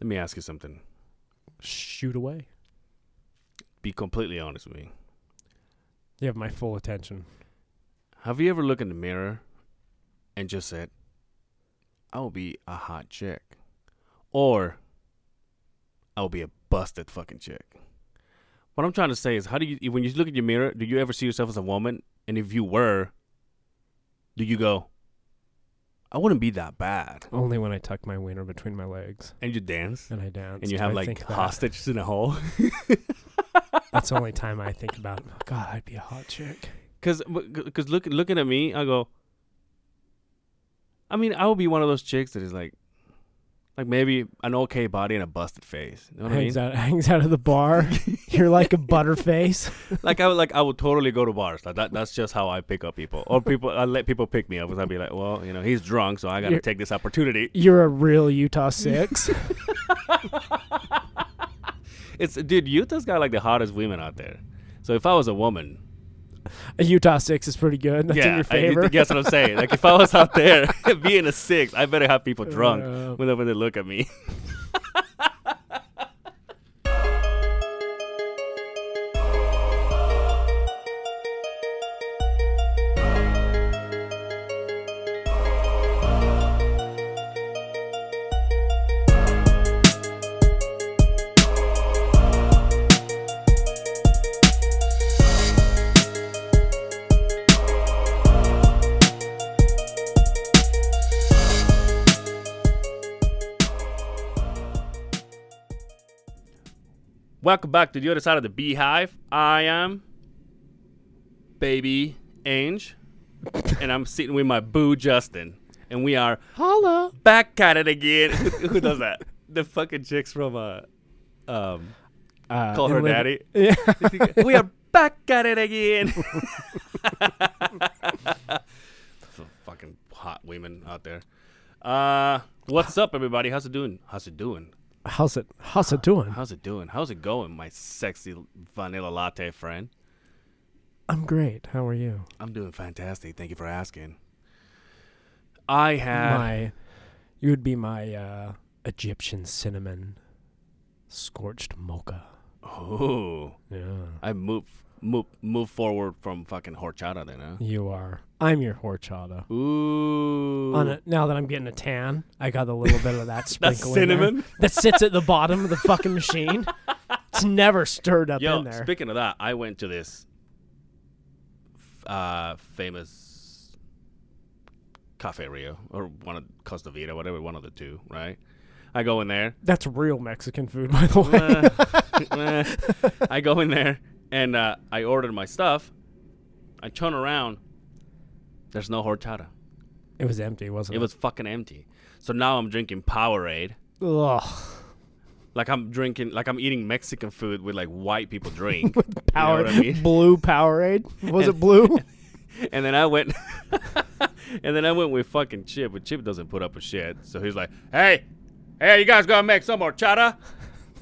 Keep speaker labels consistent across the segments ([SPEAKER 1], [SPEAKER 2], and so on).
[SPEAKER 1] Let me ask you something.
[SPEAKER 2] Shoot away.
[SPEAKER 1] Be completely honest with me.
[SPEAKER 2] You have my full attention.
[SPEAKER 1] Have you ever looked in the mirror and just said, I'll be a hot chick? Or I'll be a busted fucking chick. What I'm trying to say is, how do you, when you look at your mirror, do you ever see yourself as a woman? And if you were, do you go, I wouldn't be that bad?
[SPEAKER 2] Only when I tuck my wiener between my legs
[SPEAKER 1] And you dance
[SPEAKER 2] and I dance.
[SPEAKER 1] and you have like hostages in a hole?
[SPEAKER 2] That's the only time I think about. Oh, God, I'd be a hot chick.
[SPEAKER 1] Cause, but- cause look, looking at me, I go. I mean, I would be one of those chicks that is like, like maybe an okay body and a busted face. You know what I mean?
[SPEAKER 2] hangs out, hangs out of the bar. You're like a butterface.
[SPEAKER 1] Like I would, like I would totally go to bars. Like that, that's just how I pick up people, or people. I let people pick me up, because I'd be like, well, you know, he's drunk, so I gotta
[SPEAKER 2] You're-
[SPEAKER 1] take this opportunity.
[SPEAKER 2] You're a real Utah six.
[SPEAKER 1] It's dude, Utah's got like the hottest women out there. So if I was a woman,
[SPEAKER 2] a Utah six is pretty good. That's
[SPEAKER 1] yeah,
[SPEAKER 2] in your
[SPEAKER 1] I-
[SPEAKER 2] favor.
[SPEAKER 1] that's what I'm saying. Like if I was out there being a six, I better have people drunk
[SPEAKER 2] Uh,
[SPEAKER 1] whenever they look at me. Welcome back to the other side of the beehive. I am Baby Ange, and I'm sitting with my boo Justin, and we are
[SPEAKER 2] Holla.
[SPEAKER 1] back at it again. who, who does that? The fucking chicks from uh, um,
[SPEAKER 2] Uh,
[SPEAKER 1] call her
[SPEAKER 2] and live-
[SPEAKER 1] daddy.
[SPEAKER 2] Yeah.
[SPEAKER 1] we are back at it again. Some fucking hot women out there. Uh, what's up, everybody? How's it doing? How's it doing?
[SPEAKER 2] How's it? How's it doing?
[SPEAKER 1] How's it doing? How's it going, my sexy vanilla latte friend?
[SPEAKER 2] I'm great. How are you?
[SPEAKER 1] I'm doing fantastic. Thank you for asking. I had
[SPEAKER 2] my, you would be my uh, Egyptian cinnamon, scorched mocha.
[SPEAKER 1] oh,
[SPEAKER 2] Yeah.
[SPEAKER 1] I move move move forward from fucking horchata then, huh?
[SPEAKER 2] You are. I'm your horchata.
[SPEAKER 1] Ooh,
[SPEAKER 2] On it now that I'm getting a tan, I got a little bit of that
[SPEAKER 1] that's
[SPEAKER 2] sprinkle in there
[SPEAKER 1] cinnamon.
[SPEAKER 2] that sits at the bottom of the fucking machine. It's never stirred up
[SPEAKER 1] Yo,
[SPEAKER 2] in there.
[SPEAKER 1] speaking of that, I went to this f- uh, famous Cafe Rio or one of Costa Vida, whatever, one of the two, right? I go in there.
[SPEAKER 2] That's real Mexican food, by the way.
[SPEAKER 1] Uh, uh, I go in there and uh, I ordered my stuff. I turn around. There's no horchata.
[SPEAKER 2] It was empty, wasn't
[SPEAKER 1] It
[SPEAKER 2] it?
[SPEAKER 1] was fucking empty. So now I'm drinking Powerade.
[SPEAKER 2] Ugh.
[SPEAKER 1] Like I'm drinking, like I'm eating Mexican food with like white people drink.
[SPEAKER 2] Power,
[SPEAKER 1] You know what I mean?
[SPEAKER 2] blue Powerade. Was it blue?
[SPEAKER 1] And then I went, and then I went with fucking Chip. But Chip doesn't put up with shit. So he's like, "Hey, hey, you guys gotta make some horchata."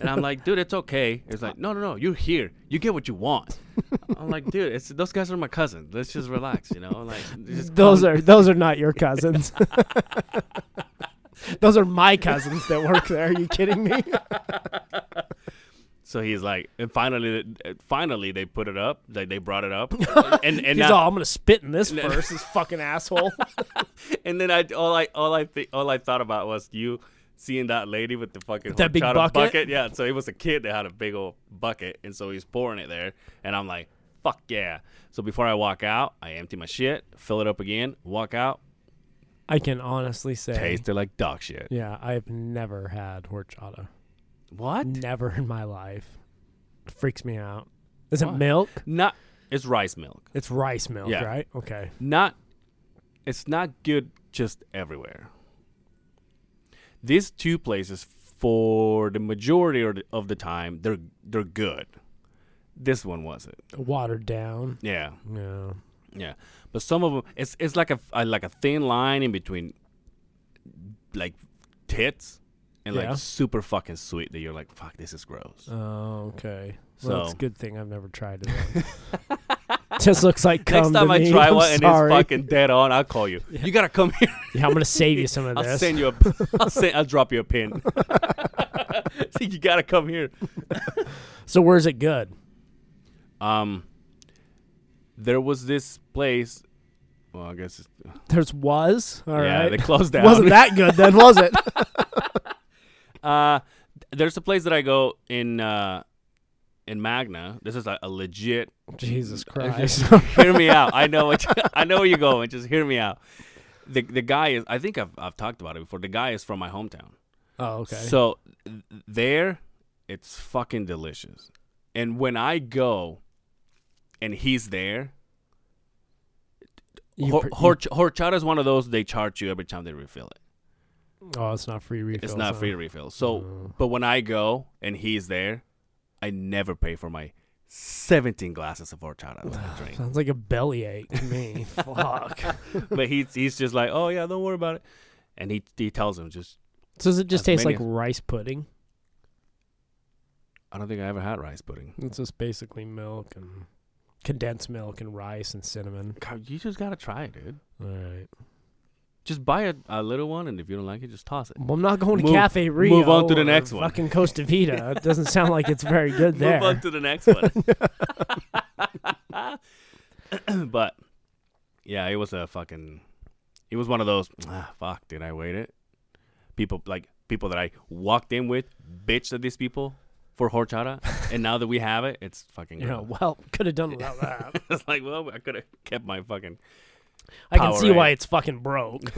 [SPEAKER 1] And I'm like, "Dude, it's okay." It's like, "No, no, no. You're here. You get what you want." I'm like, "Dude, it's those guys are my cousins. Let's just relax, you know." Like, just
[SPEAKER 2] Those
[SPEAKER 1] calm-
[SPEAKER 2] are those are not your cousins. those are my cousins that work there. Are you kidding me?
[SPEAKER 1] So he's like, and finally, finally they put it up. Like they brought it up, and and
[SPEAKER 2] He's
[SPEAKER 1] now-
[SPEAKER 2] all, I'm gonna spit in this
[SPEAKER 1] No.
[SPEAKER 2] verse, this fucking asshole.
[SPEAKER 1] and then I all I all I thi- all I thought about was you seeing that lady with the fucking
[SPEAKER 2] That big
[SPEAKER 1] horchata
[SPEAKER 2] bucket?
[SPEAKER 1] Yeah, so it was a kid that had a big old bucket, and so he's pouring it there, and I'm like, fuck yeah. So before I walk out, I empty my shit, fill it up again, walk out,
[SPEAKER 2] I can honestly say,
[SPEAKER 1] tasted like dog shit.
[SPEAKER 2] yeah, I've never had horchata.
[SPEAKER 1] What?
[SPEAKER 2] Never in my life. It freaks me out. Is it
[SPEAKER 1] Why?
[SPEAKER 2] milk?
[SPEAKER 1] Not. It's rice milk.
[SPEAKER 2] It's rice milk,
[SPEAKER 1] Yeah.
[SPEAKER 2] right? Okay.
[SPEAKER 1] Not. It's not good just everywhere. These two places, for the majority of the- of the time, they're they're good. This one wasn't.
[SPEAKER 2] Watered down.
[SPEAKER 1] Yeah,
[SPEAKER 2] Yeah.
[SPEAKER 1] yeah. But some of them, it's it's like a, a like a thin line in between, like tits and
[SPEAKER 2] Yeah.
[SPEAKER 1] like super fucking sweet that you're like, fuck, this is gross.
[SPEAKER 2] Oh, okay. Well, it's
[SPEAKER 1] So-
[SPEAKER 2] a good thing I've never tried it. then. Just looks like
[SPEAKER 1] Next
[SPEAKER 2] cum
[SPEAKER 1] time
[SPEAKER 2] to
[SPEAKER 1] I
[SPEAKER 2] me.
[SPEAKER 1] try
[SPEAKER 2] I'm
[SPEAKER 1] one and
[SPEAKER 2] sorry.
[SPEAKER 1] it's fucking dead on, I'll call you. You gotta come here.
[SPEAKER 2] Yeah, I'm gonna save you some of
[SPEAKER 1] I'll
[SPEAKER 2] this.
[SPEAKER 1] send you a. I'll, send, I'll drop you a pin. See, you gotta come here.
[SPEAKER 2] So where's it good?
[SPEAKER 1] Um, there was this place. Well, I guess. It's,
[SPEAKER 2] There's was. All right.
[SPEAKER 1] yeah, they closed down.
[SPEAKER 2] Wasn't that good then, was it?
[SPEAKER 1] Uh, th- there's a place that I go in uh, in Magna. This is a, a legit.
[SPEAKER 2] Jesus
[SPEAKER 1] Okay.
[SPEAKER 2] Christ.
[SPEAKER 1] Hear me out. I know what you, I know where you're going. Just hear me out. The the guy is. I think I've I've talked about it before. The guy is from my hometown.
[SPEAKER 2] oh, okay.
[SPEAKER 1] So th- there, it's fucking delicious. And when I go, and he's there,
[SPEAKER 2] You
[SPEAKER 1] hor-
[SPEAKER 2] pr- you-
[SPEAKER 1] hor- horchata is one of those they charge you every time they refill it.
[SPEAKER 2] oh, it's not free Oh. refill.
[SPEAKER 1] It's not free to refill. So,
[SPEAKER 2] Mm-hmm.
[SPEAKER 1] but when I go and he's there, I never pay for my 17 glasses of horchata that I drink.
[SPEAKER 2] Sounds like a bellyache to me. Fuck.
[SPEAKER 1] but he's he's just like, oh yeah, don't worry about it. And he he tells him just,
[SPEAKER 2] So does it just taste like
[SPEAKER 1] Tasmania.
[SPEAKER 2] rice pudding?
[SPEAKER 1] I don't think I ever had rice pudding.
[SPEAKER 2] It's just basically milk and condensed milk and rice and cinnamon.
[SPEAKER 1] God, you just gotta try it, dude.
[SPEAKER 2] All right.
[SPEAKER 1] Just buy a, a little one, and if you don't like it, just toss it.
[SPEAKER 2] Well, I'm not going to
[SPEAKER 1] Move-
[SPEAKER 2] Cafe Rio.
[SPEAKER 1] move on to the
[SPEAKER 2] or
[SPEAKER 1] next one.
[SPEAKER 2] Fucking Costa Vita. it doesn't sound like it's very good there.
[SPEAKER 1] Move on to the next one. but yeah, it was a fucking. It was one of those. Ah, fuck, did I wait it? People like people that I walked in with bitched at these people for horchata, and now that we have it, it's fucking.
[SPEAKER 2] you know,
[SPEAKER 1] gross.
[SPEAKER 2] well, could have done without that.
[SPEAKER 1] it's like, well, I could have kept my fucking.
[SPEAKER 2] I can see
[SPEAKER 1] Powerade.
[SPEAKER 2] why it's fucking broke.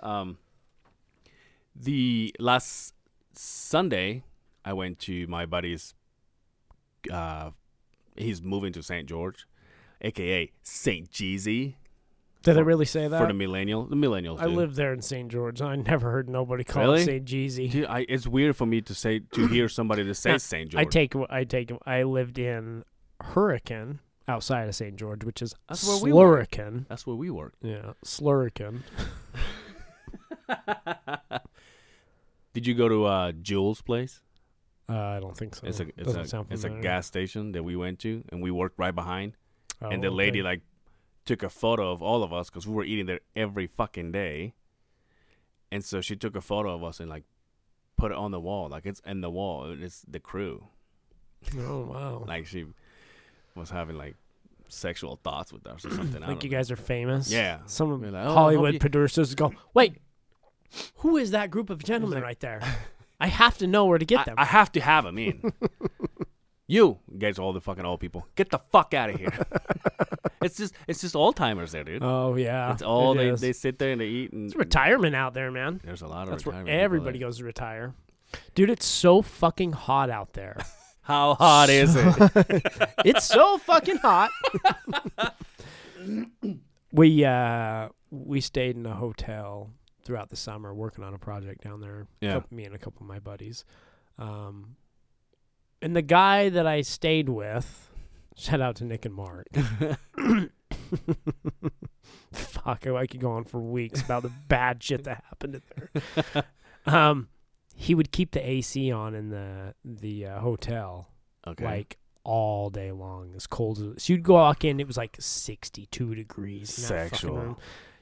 [SPEAKER 1] Um, the last Sunday, I went to my buddy's. Uh, he's moving to St. George, aka St. Jeezy
[SPEAKER 2] Did I
[SPEAKER 1] For-
[SPEAKER 2] really say that?
[SPEAKER 1] for the millennial. The millennials.
[SPEAKER 2] I
[SPEAKER 1] do.
[SPEAKER 2] lived there in St. George. I never heard nobody call
[SPEAKER 1] Really?
[SPEAKER 2] it St. Jeezy.
[SPEAKER 1] Dude, I, it's weird for me to say to hear somebody that
[SPEAKER 2] Nah,
[SPEAKER 1] says St. George.
[SPEAKER 2] I take. I take. I lived in Hurricane outside of St. George, which is
[SPEAKER 1] That's where we were.
[SPEAKER 2] Slurican.
[SPEAKER 1] That's where we work.
[SPEAKER 2] Yeah, Slurican.
[SPEAKER 1] Did you go to uh, Jules' place?
[SPEAKER 2] Uh, I don't think so.
[SPEAKER 1] It's a it's
[SPEAKER 2] Doesn't
[SPEAKER 1] a,
[SPEAKER 2] sound
[SPEAKER 1] it's a
[SPEAKER 2] familiar.
[SPEAKER 1] gas station that we went to, and we worked right behind.
[SPEAKER 2] Oh,
[SPEAKER 1] and the lady
[SPEAKER 2] okay.
[SPEAKER 1] like took a photo of all of us because we were eating there every fucking day and so she took a photo of us and like put it on the wall like it's in the wall and it's the crew
[SPEAKER 2] Oh wow!
[SPEAKER 1] like she was having like sexual thoughts with us or something I
[SPEAKER 2] Like
[SPEAKER 1] don't
[SPEAKER 2] you
[SPEAKER 1] know.
[SPEAKER 2] guys are famous.
[SPEAKER 1] Yeah.
[SPEAKER 2] Some
[SPEAKER 1] We're like, "Oh, I hope
[SPEAKER 2] Hollywood
[SPEAKER 1] you-"
[SPEAKER 2] producers go, wait, who is that group of gentlemen right there? I have to know where to get them.
[SPEAKER 1] I, I have to have him in you guys are all the fucking old people get the fuck out of here it's just it's just old timers there dude
[SPEAKER 2] oh yeah,
[SPEAKER 1] it's all
[SPEAKER 2] it
[SPEAKER 1] they,
[SPEAKER 2] is.
[SPEAKER 1] they sit there and they eat and
[SPEAKER 2] It's retirement out there, man.
[SPEAKER 1] there's a lot of
[SPEAKER 2] That's where
[SPEAKER 1] retirement people
[SPEAKER 2] everybody
[SPEAKER 1] there.
[SPEAKER 2] goes to retire. Dude, it's so fucking hot out there.
[SPEAKER 1] how hot is it
[SPEAKER 2] it's so fucking hot. we uh we stayed in a hotel throughout the summer working on a project down there.
[SPEAKER 1] Yeah.
[SPEAKER 2] Couple- me and a couple of my buddies. Um and the guy that I stayed with, shout out to Nick and Mark. Fuck, I could go on for weeks about the bad shit that happened in there. Um he would keep the AC on in the the uh, hotel
[SPEAKER 1] okay
[SPEAKER 2] like all day long, as cold as so you'd go walk in, it was like sixty two degrees. in that fucking
[SPEAKER 1] Sexual.
[SPEAKER 2] room.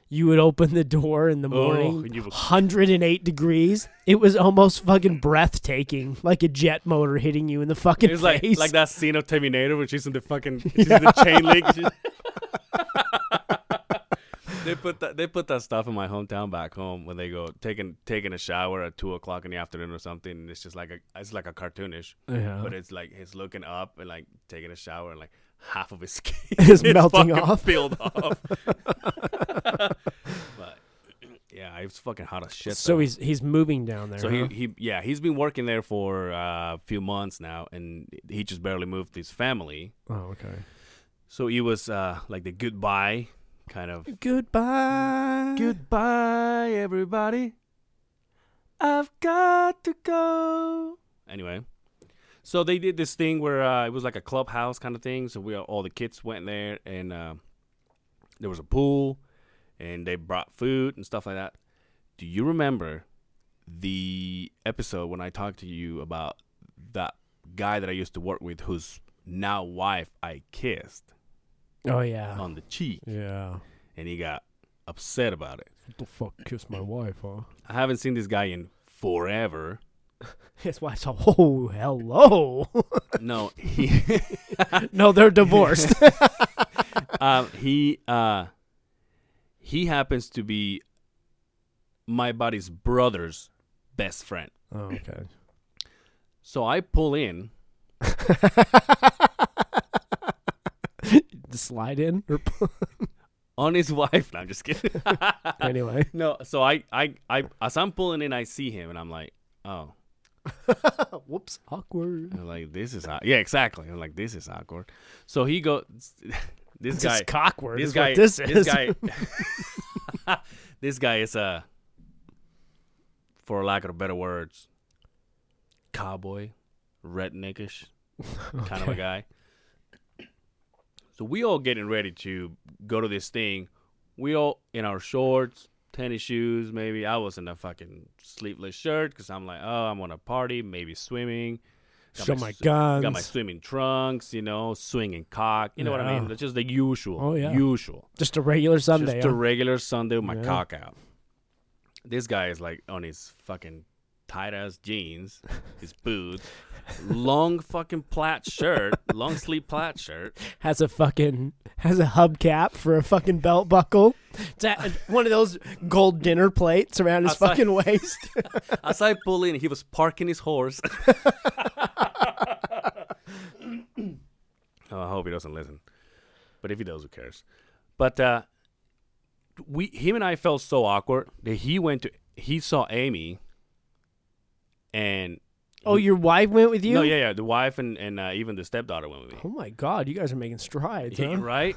[SPEAKER 2] You would open the door in the morning,
[SPEAKER 1] Oh, and you would-
[SPEAKER 2] 108 degrees. It was almost fucking breathtaking, like a jet motor hitting you in the fucking
[SPEAKER 1] It's like
[SPEAKER 2] face.
[SPEAKER 1] like that scene of Terminator when she's in the fucking she's in the chain link. She's- they put that they put that stuff in my hometown back home when they go taking taking a shower at two o'clock in the afternoon or something. And it's just like a it's like a cartoonish,
[SPEAKER 2] Yeah.
[SPEAKER 1] but it's like he's looking up and like taking a shower and like half of his skin
[SPEAKER 2] Is melting
[SPEAKER 1] fucking
[SPEAKER 2] off.
[SPEAKER 1] peeled off. but yeah, it's fucking hot as shit.
[SPEAKER 2] so
[SPEAKER 1] though.
[SPEAKER 2] he's he's moving down there.
[SPEAKER 1] So
[SPEAKER 2] huh?
[SPEAKER 1] he, he yeah he's been working there for uh, a few months now, and he just barely moved his family.
[SPEAKER 2] oh okay.
[SPEAKER 1] So it was uh, like the goodbye kind of
[SPEAKER 2] Goodbye.
[SPEAKER 1] goodbye everybody. I've got to go. Anyway, so they did this thing where uh, it was like a clubhouse kind of thing. So we uh, all the kids went there, and uh, there was a pool, and they brought food and stuff like that. Do you remember the episode when I talked to you about that guy that I used to work with, whose now wife I kissed
[SPEAKER 2] Oh yeah.
[SPEAKER 1] on the cheek,
[SPEAKER 2] Yeah.
[SPEAKER 1] and he got upset about it.
[SPEAKER 2] the fuck kiss my wife, huh?
[SPEAKER 1] I haven't seen this guy in forever.
[SPEAKER 2] That's why it's all, oh, hello.
[SPEAKER 1] No, he
[SPEAKER 2] no, they're divorced.
[SPEAKER 1] um, he uh, he happens to be my buddy's brother's best friend.
[SPEAKER 2] oh, okay.
[SPEAKER 1] So I pull in.
[SPEAKER 2] Slide in. Or,
[SPEAKER 1] on his wife. No, I'm just kidding.
[SPEAKER 2] anyway.
[SPEAKER 1] no, so I, I, I, as I'm pulling in, I see him, and I'm like, oh,
[SPEAKER 2] Whoops. Awkward.
[SPEAKER 1] I'm like this is awkward. yeah, exactly. I'm like this is awkward. So he goes, this
[SPEAKER 2] This
[SPEAKER 1] guy,
[SPEAKER 2] is cockward.
[SPEAKER 1] this
[SPEAKER 2] is
[SPEAKER 1] guy,
[SPEAKER 2] What this is.
[SPEAKER 1] guy, this guy is uh, for lack of better words, cowboy, redneckish kind of a
[SPEAKER 2] Okay.
[SPEAKER 1] guy. So we all getting ready to go to this thing. We all in our shorts, tennis shoes. Maybe I was in a fucking sleeveless shirt because I'm like, oh, I'm on a party, maybe swimming. Got
[SPEAKER 2] Show
[SPEAKER 1] my
[SPEAKER 2] my
[SPEAKER 1] s-
[SPEAKER 2] guns.
[SPEAKER 1] Got my swimming trunks, you know, swinging cock. You know what I mean?
[SPEAKER 2] Yeah.
[SPEAKER 1] That's just the usual.
[SPEAKER 2] Oh, yeah.
[SPEAKER 1] usual.
[SPEAKER 2] Just a regular Sunday.
[SPEAKER 1] Just a
[SPEAKER 2] huh?
[SPEAKER 1] regular Sunday with my
[SPEAKER 2] Yeah.
[SPEAKER 1] cock out. This guy is like on his fucking tight ass jeans, his boots, long fucking plaid shirt, long sleeve plaid shirt.
[SPEAKER 2] has a fucking has a hubcap for a fucking belt buckle. It's at- one of those gold dinner plates around his
[SPEAKER 1] Outside.
[SPEAKER 2] fucking waist.
[SPEAKER 1] As I pull in, he was parking his horse. oh, I hope he doesn't listen. But if he does, who cares? But uh, we, him and I felt so awkward that he went to, he saw Amy, and
[SPEAKER 2] oh, your wife went with you?
[SPEAKER 1] no, yeah, yeah, the wife and and uh, even the stepdaughter went with me.
[SPEAKER 2] Oh my god, you guys are making strides.
[SPEAKER 1] Yeah,
[SPEAKER 2] huh?
[SPEAKER 1] right?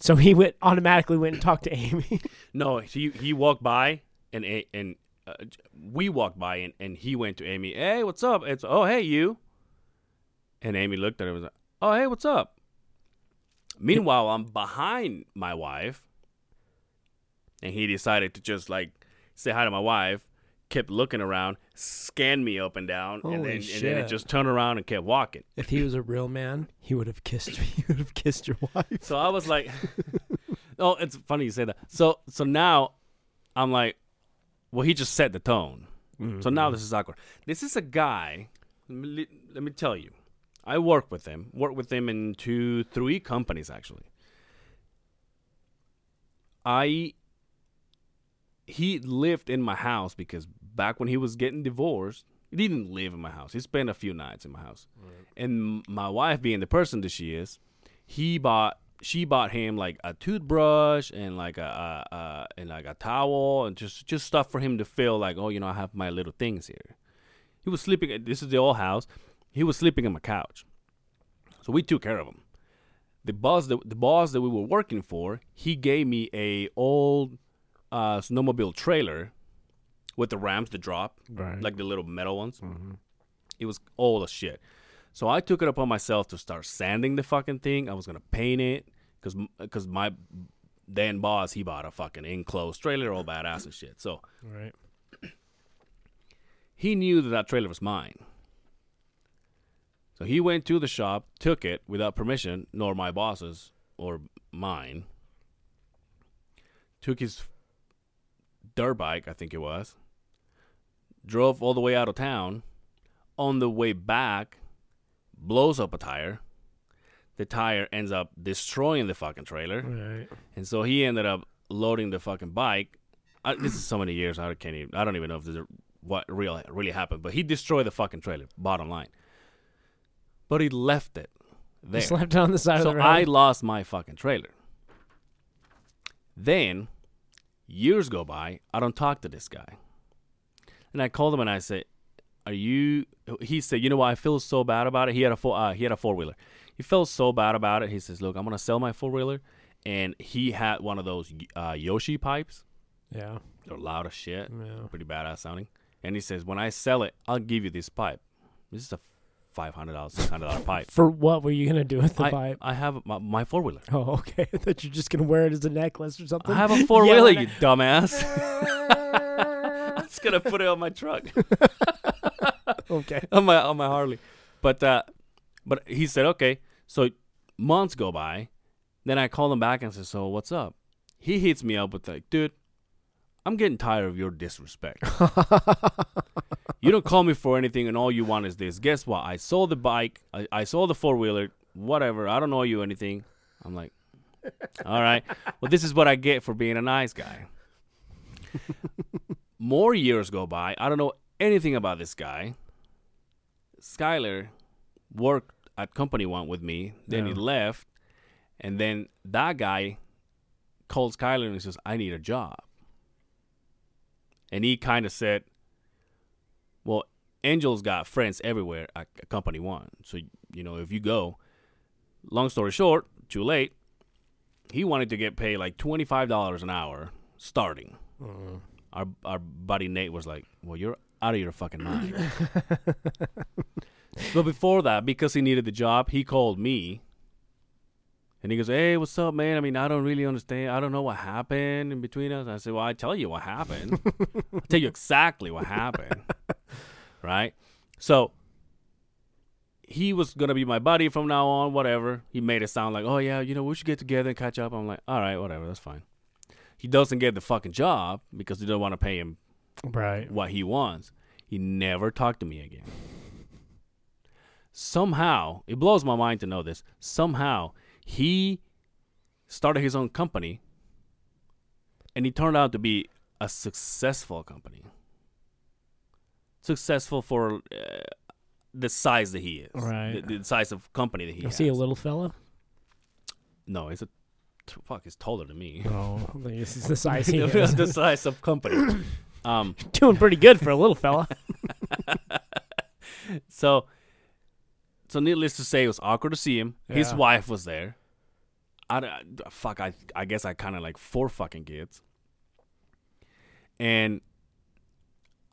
[SPEAKER 2] So he went automatically went and talked to Amy.
[SPEAKER 1] No, he he walked by and A- and uh, j- we walked by and, and he went to Amy. Hey, what's up? It's oh hey you. And Amy looked at him and was like, oh hey, what's up? Meanwhile, I'm behind my wife, and he decided to just like say hi to my wife. Kept looking around, scanned me up and down,
[SPEAKER 2] Holy
[SPEAKER 1] and then, and then it
[SPEAKER 2] shit.
[SPEAKER 1] just turned around and kept walking.
[SPEAKER 2] if he was a real man, he would have kissed he would have kissed your wife.
[SPEAKER 1] So I was like, "Oh, it's funny you say that." So so now I'm like, "Well, he just set the tone." So now this is awkward. This is a guy. Let me, let me tell you, I work with him. Work with him in two, three companies actually. I he lived in my house because back when he was getting divorced, he didn't live in my house. He spent a few nights in my house, and my wife, being the person that she is, he bought she bought him like a toothbrush and like a, a, a and like a towel and just just stuff for him to feel like oh you know I have my little things here. He was sleeping. This is the old house. He was sleeping on my couch, so we took care of him. The boss that the boss that we were working for, he gave me a old uh, snowmobile trailer with the ramps that drop,
[SPEAKER 2] Right.
[SPEAKER 1] like the little metal ones. It was old as shit. So I took it upon myself to start sanding the fucking thing. I was gonna paint it because because my Dan boss he bought a fucking enclosed trailer, all badass and shit. So
[SPEAKER 2] Right.
[SPEAKER 1] he knew that that trailer was mine. So he went to the shop, took it without permission, nor my boss's or mine. Took his dirt bike, I think it was, drove all the way out of town. On the way back, blows up a tire. The tire ends up destroying the fucking trailer.
[SPEAKER 2] Right.
[SPEAKER 1] And so he ended up loading the fucking bike. I, this is so many years. I can't even. I don't even know if this is what real really happened. But he destroyed the fucking trailer. Bottom line. But he left it there.
[SPEAKER 2] Just left it on the side of
[SPEAKER 1] so
[SPEAKER 2] the road.
[SPEAKER 1] I lost my fucking trailer. Then years go by. I don't talk to this guy. And I called him and I said, "Are you?" He said, "You know what? I feel so bad about it." He had a four. Uh, he had a four wheeler. He felt so bad about it. He says, "Look, I'm gonna sell my four wheeler," and he had one of those uh, Yoshi pipes.
[SPEAKER 2] yeah.
[SPEAKER 1] They're loud as shit,
[SPEAKER 2] Yeah.
[SPEAKER 1] pretty badass sounding. And he says, "When I sell it, I'll give you this pipe. This is a five hundred dollars, six hundred dollar pipe.
[SPEAKER 2] For what were you gonna do with the
[SPEAKER 1] I,
[SPEAKER 2] pipe?
[SPEAKER 1] I have my, my four wheeler.
[SPEAKER 2] Oh, okay. I thought you're just gonna wear it as a necklace or something.
[SPEAKER 1] I have a four wheeler,
[SPEAKER 2] Yelling
[SPEAKER 1] you dumbass. I'm just gonna put it on my truck,
[SPEAKER 2] okay.
[SPEAKER 1] on my on my Harley. But uh, but he said, okay. So months go by, Then I call him back and say, "So what's up?" He hits me up with like, "Dude, I'm getting tired of your disrespect. you don't call me for anything, and all you want is this. Guess what? I sold the bike. I, I sold the four wheeler. Whatever. I don't owe you anything." I'm like, "All right. Well, this is what I get for being a nice guy." More years go by. I don't know anything about this guy. Skyler worked at company one with me. Then he
[SPEAKER 2] Yeah.
[SPEAKER 1] left, and then that guy calls Skyler and says, "I need a job." And he kind of said, "Well, Angel's got friends everywhere at at company one, so you know if you go." Long story short, too late. He wanted to get paid like twenty five dollars an hour starting
[SPEAKER 2] Mm.
[SPEAKER 1] our our buddy Nate was like, "Well, you're out of your fucking mind." but before that, because he needed the job, he called me, and he goes, "Hey, what's up, man? I mean, I don't really understand. I don't know what happened in between us." I said, "Well, I tell you what happened. I tell you exactly what happened, right?" So he was gonna be my buddy from now on, whatever. He made it sound like, "Oh yeah, you know, we should get together and catch up." I'm like, "All right, whatever, that's fine." He doesn't get the fucking job because they don't want to pay him
[SPEAKER 2] Right.
[SPEAKER 1] what he wants. He never talked to me again. Somehow, it blows my mind to know this. Somehow, he started his own company and he turned out to be a successful company. Successful for uh, the size that he is,
[SPEAKER 2] Right.
[SPEAKER 1] The, the size of company that he
[SPEAKER 2] You
[SPEAKER 1] has.
[SPEAKER 2] see a little fella?
[SPEAKER 1] no, it's a t- fuck. He's taller than me.
[SPEAKER 2] Oh, I think this is the size he is.
[SPEAKER 1] the size of company. Um,
[SPEAKER 2] Doing pretty good for a little fella.
[SPEAKER 1] So, so needless to say, it was awkward to see him. His
[SPEAKER 2] Yeah.
[SPEAKER 1] wife was there. I, don't- fuck. I I guess I kind of like four fucking kids. And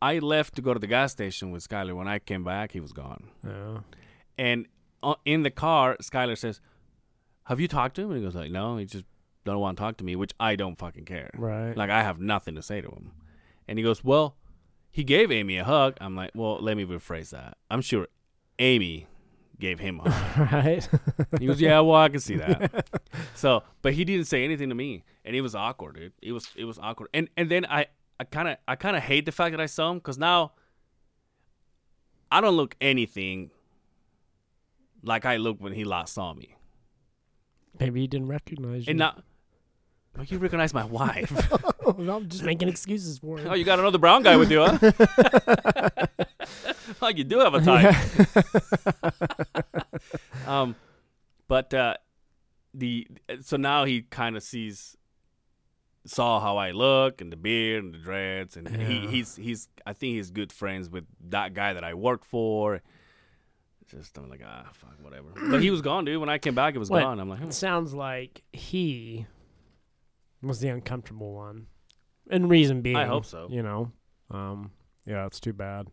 [SPEAKER 1] I left to go to the gas station with Skyler. When I came back, he was gone.
[SPEAKER 2] Oh.
[SPEAKER 1] And uh, in the car, Skyler says, "Have you talked to him?" And he goes like, "No, he just don't want to talk to me," which I don't fucking care.
[SPEAKER 2] Right.
[SPEAKER 1] Like I have nothing to say to him. And he goes, Well, he gave Amy a hug. I'm like, Well, let me rephrase that. I'm sure Amy gave him a hug.
[SPEAKER 2] right.
[SPEAKER 1] He goes, Yeah, well I can see that. so but he didn't say anything to me. And it was awkward, dude. It was it was awkward. And and then I I kinda I kinda hate the fact that I saw him because now I don't look anything like I looked when he last saw me.
[SPEAKER 2] Maybe he didn't recognize you.
[SPEAKER 1] And now like you recognize my wife.
[SPEAKER 2] I'm just making excuses for him.
[SPEAKER 1] Oh, you got another brown guy with you, huh? oh, you do have a type. um, but uh, the so now he kind of sees, saw how I look and the beard and the dreads, and he,
[SPEAKER 2] Yeah.
[SPEAKER 1] he's he's I think he's good friends with that guy that I worked for. Just I'm like ah fuck whatever. But he was gone, dude. When I came back, it was
[SPEAKER 2] What?
[SPEAKER 1] gone. I'm like, oh.
[SPEAKER 2] It sounds like he was the uncomfortable one, and reason being,
[SPEAKER 1] hope so.
[SPEAKER 2] You know, um, yeah, it's too bad.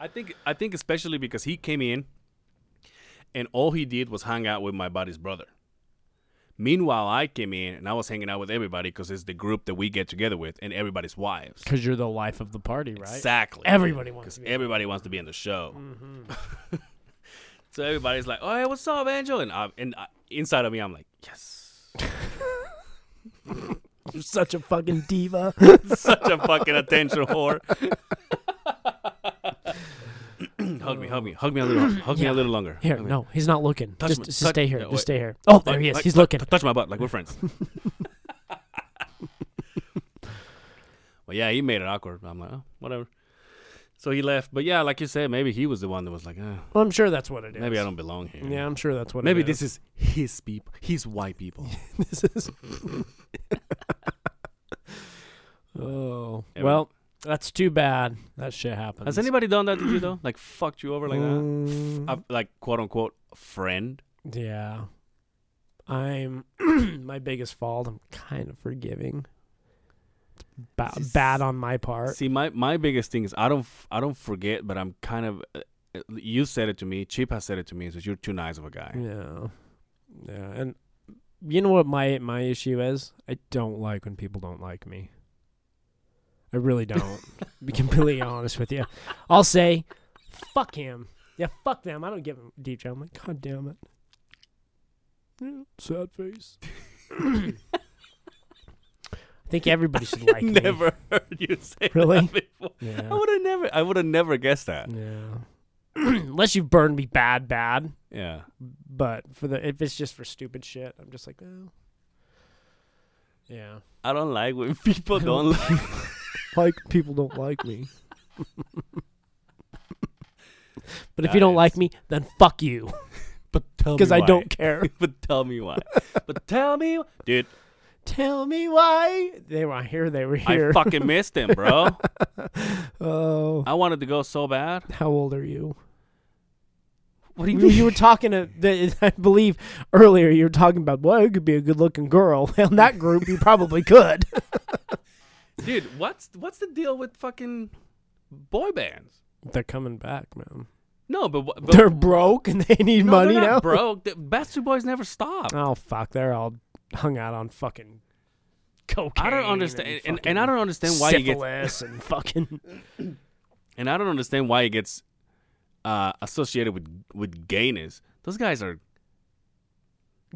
[SPEAKER 1] I think I think especially because he came in and all he did was hang out with my buddy's brother. Meanwhile, I came in and I was hanging out with everybody because it's the group that we get together with and everybody's wives.
[SPEAKER 2] Because you're the life of the party, right?
[SPEAKER 1] Exactly.
[SPEAKER 2] Everybody wants
[SPEAKER 1] Because
[SPEAKER 2] to be-
[SPEAKER 1] everybody wants to be in the show.
[SPEAKER 2] Mm-hmm.
[SPEAKER 1] so everybody's like, "Oh, hey, what's up, Angel?" And I, and I, inside of me, I'm like, "Yes,
[SPEAKER 2] You're such a fucking diva.
[SPEAKER 1] such a fucking attention whore." hug me, hug me, hug me a little, hug me
[SPEAKER 2] Yeah.
[SPEAKER 1] a little longer.
[SPEAKER 2] Here,
[SPEAKER 1] Hug me.
[SPEAKER 2] no, he's not looking.
[SPEAKER 1] Touch
[SPEAKER 2] just
[SPEAKER 1] my-
[SPEAKER 2] just
[SPEAKER 1] touch-
[SPEAKER 2] stay here.
[SPEAKER 1] no, wait.
[SPEAKER 2] just stay here. Oh, there
[SPEAKER 1] Like-
[SPEAKER 2] he is.
[SPEAKER 1] like,
[SPEAKER 2] He's
[SPEAKER 1] tou-
[SPEAKER 2] looking.
[SPEAKER 1] tou- touch my butt like we're friends. well, yeah, he made it awkward. I'm like, oh, whatever. So he left, but yeah, like you said, maybe he was the one that was like, eh,
[SPEAKER 2] Well, I'm sure that's what it is.
[SPEAKER 1] maybe I don't belong here.
[SPEAKER 2] Yeah, I'm sure that's what.
[SPEAKER 1] Maybe
[SPEAKER 2] it is.
[SPEAKER 1] this is his people, his white people.
[SPEAKER 2] this is. oh
[SPEAKER 1] Yeah,
[SPEAKER 2] well, that's too bad. That shit happens.
[SPEAKER 1] Has anybody done that to you though? Like fucked you over like that?
[SPEAKER 2] Mm,
[SPEAKER 1] A- like quote unquote friend.
[SPEAKER 2] Yeah. I'm my biggest fault. I'm kind of forgiving. It's Ba-
[SPEAKER 1] This is-
[SPEAKER 2] bad on my part.
[SPEAKER 1] See, my my biggest thing is I don't f- I don't forget, but I'm kind of. Uh, uh, you said it to me. Chip has said it to me. Says you're too nice of a guy.
[SPEAKER 2] Yeah. Yeah, and you know what my my issue is? I don't like when people don't like me. I really don't. be completely honest with you. I'll say, fuck him. Yeah, fuck them. I don't give a deep job. I'm like, god damn it. Yeah, sad face. I think everybody should like me.
[SPEAKER 1] never heard you say
[SPEAKER 2] Really?
[SPEAKER 1] that before. I
[SPEAKER 2] Yeah.
[SPEAKER 1] would have never. I would have never guessed that.
[SPEAKER 2] yeah. Unless you burn me bad, bad.
[SPEAKER 1] Yeah.
[SPEAKER 2] But for the if it's just for stupid shit, I'm just like, oh. Yeah.
[SPEAKER 1] I don't like when people don't like.
[SPEAKER 2] Like people don't like me. but if
[SPEAKER 1] That
[SPEAKER 2] you don't
[SPEAKER 1] is-
[SPEAKER 2] like me, then fuck you,
[SPEAKER 1] But tell
[SPEAKER 2] because
[SPEAKER 1] me
[SPEAKER 2] I
[SPEAKER 1] why.
[SPEAKER 2] don't care.
[SPEAKER 1] But tell me why. but tell me, dude.
[SPEAKER 2] Tell me why they were here. They were here.
[SPEAKER 1] I fucking missed him, bro.
[SPEAKER 2] oh,
[SPEAKER 1] I wanted to go so bad.
[SPEAKER 2] how old are you?
[SPEAKER 1] What do you
[SPEAKER 2] You,
[SPEAKER 1] mean?
[SPEAKER 2] you were talking to, the, I believe earlier, you were talking about, well, you could be a good looking girl. In that group, you probably could.
[SPEAKER 1] dude? What's what's the deal with fucking boy bands?
[SPEAKER 2] They're coming back, man.
[SPEAKER 1] No, but, wh- but
[SPEAKER 2] They're broke and they need
[SPEAKER 1] no,
[SPEAKER 2] money
[SPEAKER 1] they're
[SPEAKER 2] now.
[SPEAKER 1] not broke. The Backstreet Boys never stop.
[SPEAKER 2] Oh, fuck. They're all hung out on fucking cocaine.
[SPEAKER 1] I don't understand, and,
[SPEAKER 2] fucking
[SPEAKER 1] and I don't understand why you get,
[SPEAKER 2] syphilis and fucking.
[SPEAKER 1] and I don't understand why it gets uh, associated with with gayness. Those guys are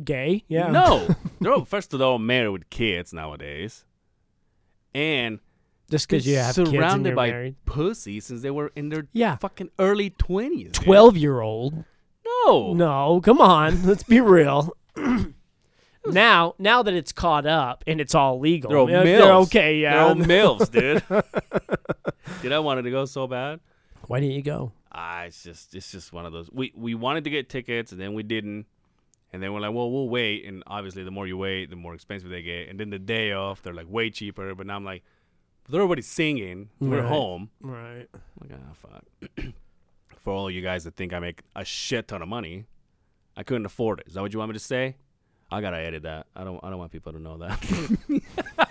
[SPEAKER 2] Gay? Yeah.
[SPEAKER 1] no. They're all, first of all married with kids nowadays, and
[SPEAKER 2] Just because you have kids and
[SPEAKER 1] surrounded
[SPEAKER 2] you're
[SPEAKER 1] by
[SPEAKER 2] married.
[SPEAKER 1] pussy since they were in their
[SPEAKER 2] Yeah.
[SPEAKER 1] fucking early twenties.
[SPEAKER 2] 12 year old
[SPEAKER 1] No.
[SPEAKER 2] No, come on. Let's be real. now, now that it's caught up and it's all legal,
[SPEAKER 1] They're all
[SPEAKER 2] yeah,
[SPEAKER 1] males.
[SPEAKER 2] okay.
[SPEAKER 1] They're
[SPEAKER 2] Yeah.
[SPEAKER 1] all milfs, dude. dude, I wanted to go so bad.
[SPEAKER 2] Why didn't you go?
[SPEAKER 1] Ah, it's just it's just one of those. We we wanted to get tickets and then we didn't, and then we're like, well, we'll wait. And obviously, the more you wait, the more expensive they get. And then the day off, they're like way cheaper. But now I'm like, they're already singing. We're
[SPEAKER 2] Right.
[SPEAKER 1] home.
[SPEAKER 2] Right.
[SPEAKER 1] I'm like, ah, fuck. For all you guys that think I make a shit ton of money, I couldn't afford it. Is that what you want me to say? I gotta edit that. I don't. I don't want people to know that.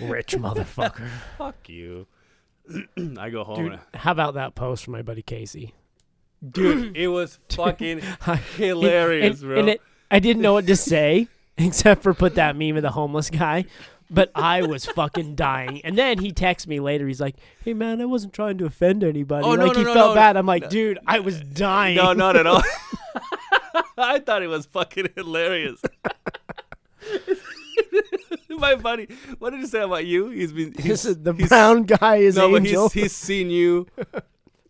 [SPEAKER 2] Rich motherfucker.
[SPEAKER 1] Fuck you. I go home.
[SPEAKER 2] Dude,
[SPEAKER 1] and-
[SPEAKER 2] how about that post from my buddy Casey?
[SPEAKER 1] Dude, it was fucking
[SPEAKER 2] I-
[SPEAKER 1] hilarious,
[SPEAKER 2] and,
[SPEAKER 1] bro.
[SPEAKER 2] and it, I didn't know what to say except for put that meme of the homeless guy. But I was fucking dying. And then he texts me later. He's like, "Hey man, I wasn't trying to offend anybody.
[SPEAKER 1] Oh,
[SPEAKER 2] like
[SPEAKER 1] no, no,
[SPEAKER 2] he
[SPEAKER 1] no,
[SPEAKER 2] felt
[SPEAKER 1] no,
[SPEAKER 2] bad." I'm like, "Dude, I was dying."
[SPEAKER 1] no, not at all. I thought it was fucking hilarious. My buddy, what did he say about you? He's been he's,
[SPEAKER 2] This is the
[SPEAKER 1] he's-
[SPEAKER 2] brown guy is
[SPEAKER 1] no, but
[SPEAKER 2] angel.
[SPEAKER 1] he's he's seen you.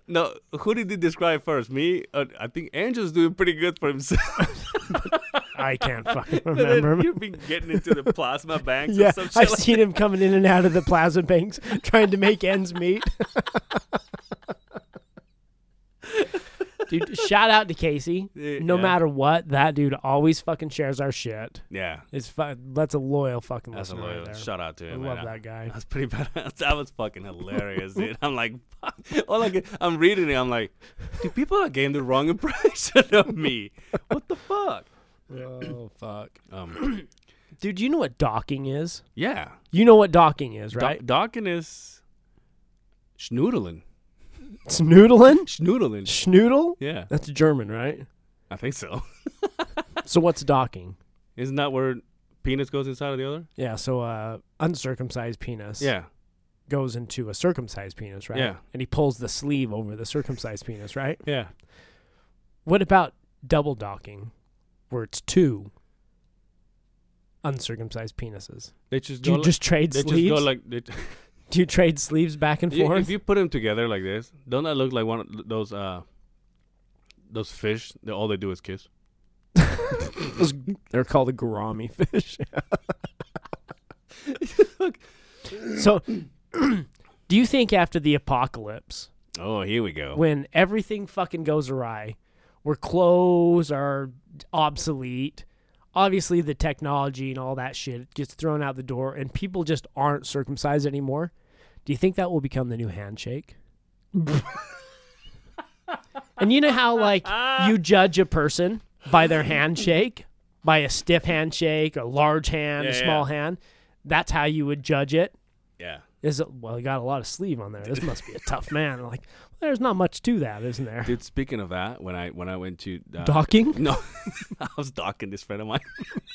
[SPEAKER 1] No, who did he describe first? Me? Uh, I think Angel's doing pretty good for himself.
[SPEAKER 2] I can't fucking
[SPEAKER 1] And then
[SPEAKER 2] remember.
[SPEAKER 1] You've been getting into the plasma banks
[SPEAKER 2] Yeah,
[SPEAKER 1] or some shit.
[SPEAKER 2] I've
[SPEAKER 1] like-
[SPEAKER 2] seen him coming in and out of the plaza banks trying to make ends meet. dude, shout out to Casey.
[SPEAKER 1] Yeah,
[SPEAKER 2] No
[SPEAKER 1] yeah.
[SPEAKER 2] matter what, that dude always fucking shares our shit.
[SPEAKER 1] Yeah,
[SPEAKER 2] It's fu- that's a loyal fucking
[SPEAKER 1] that's a
[SPEAKER 2] listener
[SPEAKER 1] loyal.
[SPEAKER 2] right there.
[SPEAKER 1] Shout out to
[SPEAKER 2] I
[SPEAKER 1] him. man.
[SPEAKER 2] love that guy.
[SPEAKER 1] That's pretty badass. That was fucking hilarious, dude. I'm like, fuck. all I can, I'm reading it. I'm like, dude, people are getting the wrong impression of me. What the fuck?
[SPEAKER 2] Oh fuck,
[SPEAKER 1] Um,
[SPEAKER 2] dude! You know what docking is?
[SPEAKER 1] yeah,
[SPEAKER 2] You know what docking is,
[SPEAKER 1] Do-
[SPEAKER 2] right?
[SPEAKER 1] docking is schnoodling,
[SPEAKER 2] Snoodling,
[SPEAKER 1] schnoodling.
[SPEAKER 2] schnoodle.
[SPEAKER 1] Yeah,
[SPEAKER 2] That's German, right?
[SPEAKER 1] I think so.
[SPEAKER 2] So what's docking?
[SPEAKER 1] Isn't that where penis goes inside of the other?
[SPEAKER 2] Yeah, so uh, uncircumcised penis.
[SPEAKER 1] Yeah,
[SPEAKER 2] goes into a circumcised penis, right?
[SPEAKER 1] Yeah.
[SPEAKER 2] And he pulls the sleeve over the circumcised penis, right?
[SPEAKER 1] yeah.
[SPEAKER 2] What about double docking, where it's two uncircumcised penises?
[SPEAKER 1] They just
[SPEAKER 2] Do
[SPEAKER 1] go.
[SPEAKER 2] you
[SPEAKER 1] like-
[SPEAKER 2] just trade
[SPEAKER 1] they
[SPEAKER 2] sleeves?
[SPEAKER 1] just go like. They,
[SPEAKER 2] Do you trade sleeves back and
[SPEAKER 1] Yeah,
[SPEAKER 2] forth?
[SPEAKER 1] If you put them together like this, don't that look like one of th- those uh those fish that all they do is kiss?
[SPEAKER 2] Those- they're called a gourami fish. so, do you think after the apocalypse,
[SPEAKER 1] Oh, here we go.
[SPEAKER 2] when everything fucking goes awry, where clothes are obsolete. Obviously, the technology and all that shit gets thrown out the door, and people just aren't circumcised anymore. Do you think that will become the new handshake? and you know how, like, you judge a person by their handshake, by a stiff handshake, a large hand,
[SPEAKER 1] Yeah,
[SPEAKER 2] a
[SPEAKER 1] yeah.
[SPEAKER 2] small hand? That's how you would judge it
[SPEAKER 1] Yeah.
[SPEAKER 2] is it, well, he got a lot of sleeve on there. This must be a tough man. I'm like, well, there's not much to that, isn't there?
[SPEAKER 1] Dude, speaking of that, when I when I went to uh,
[SPEAKER 2] Docking?
[SPEAKER 1] no, I was docking this friend of mine.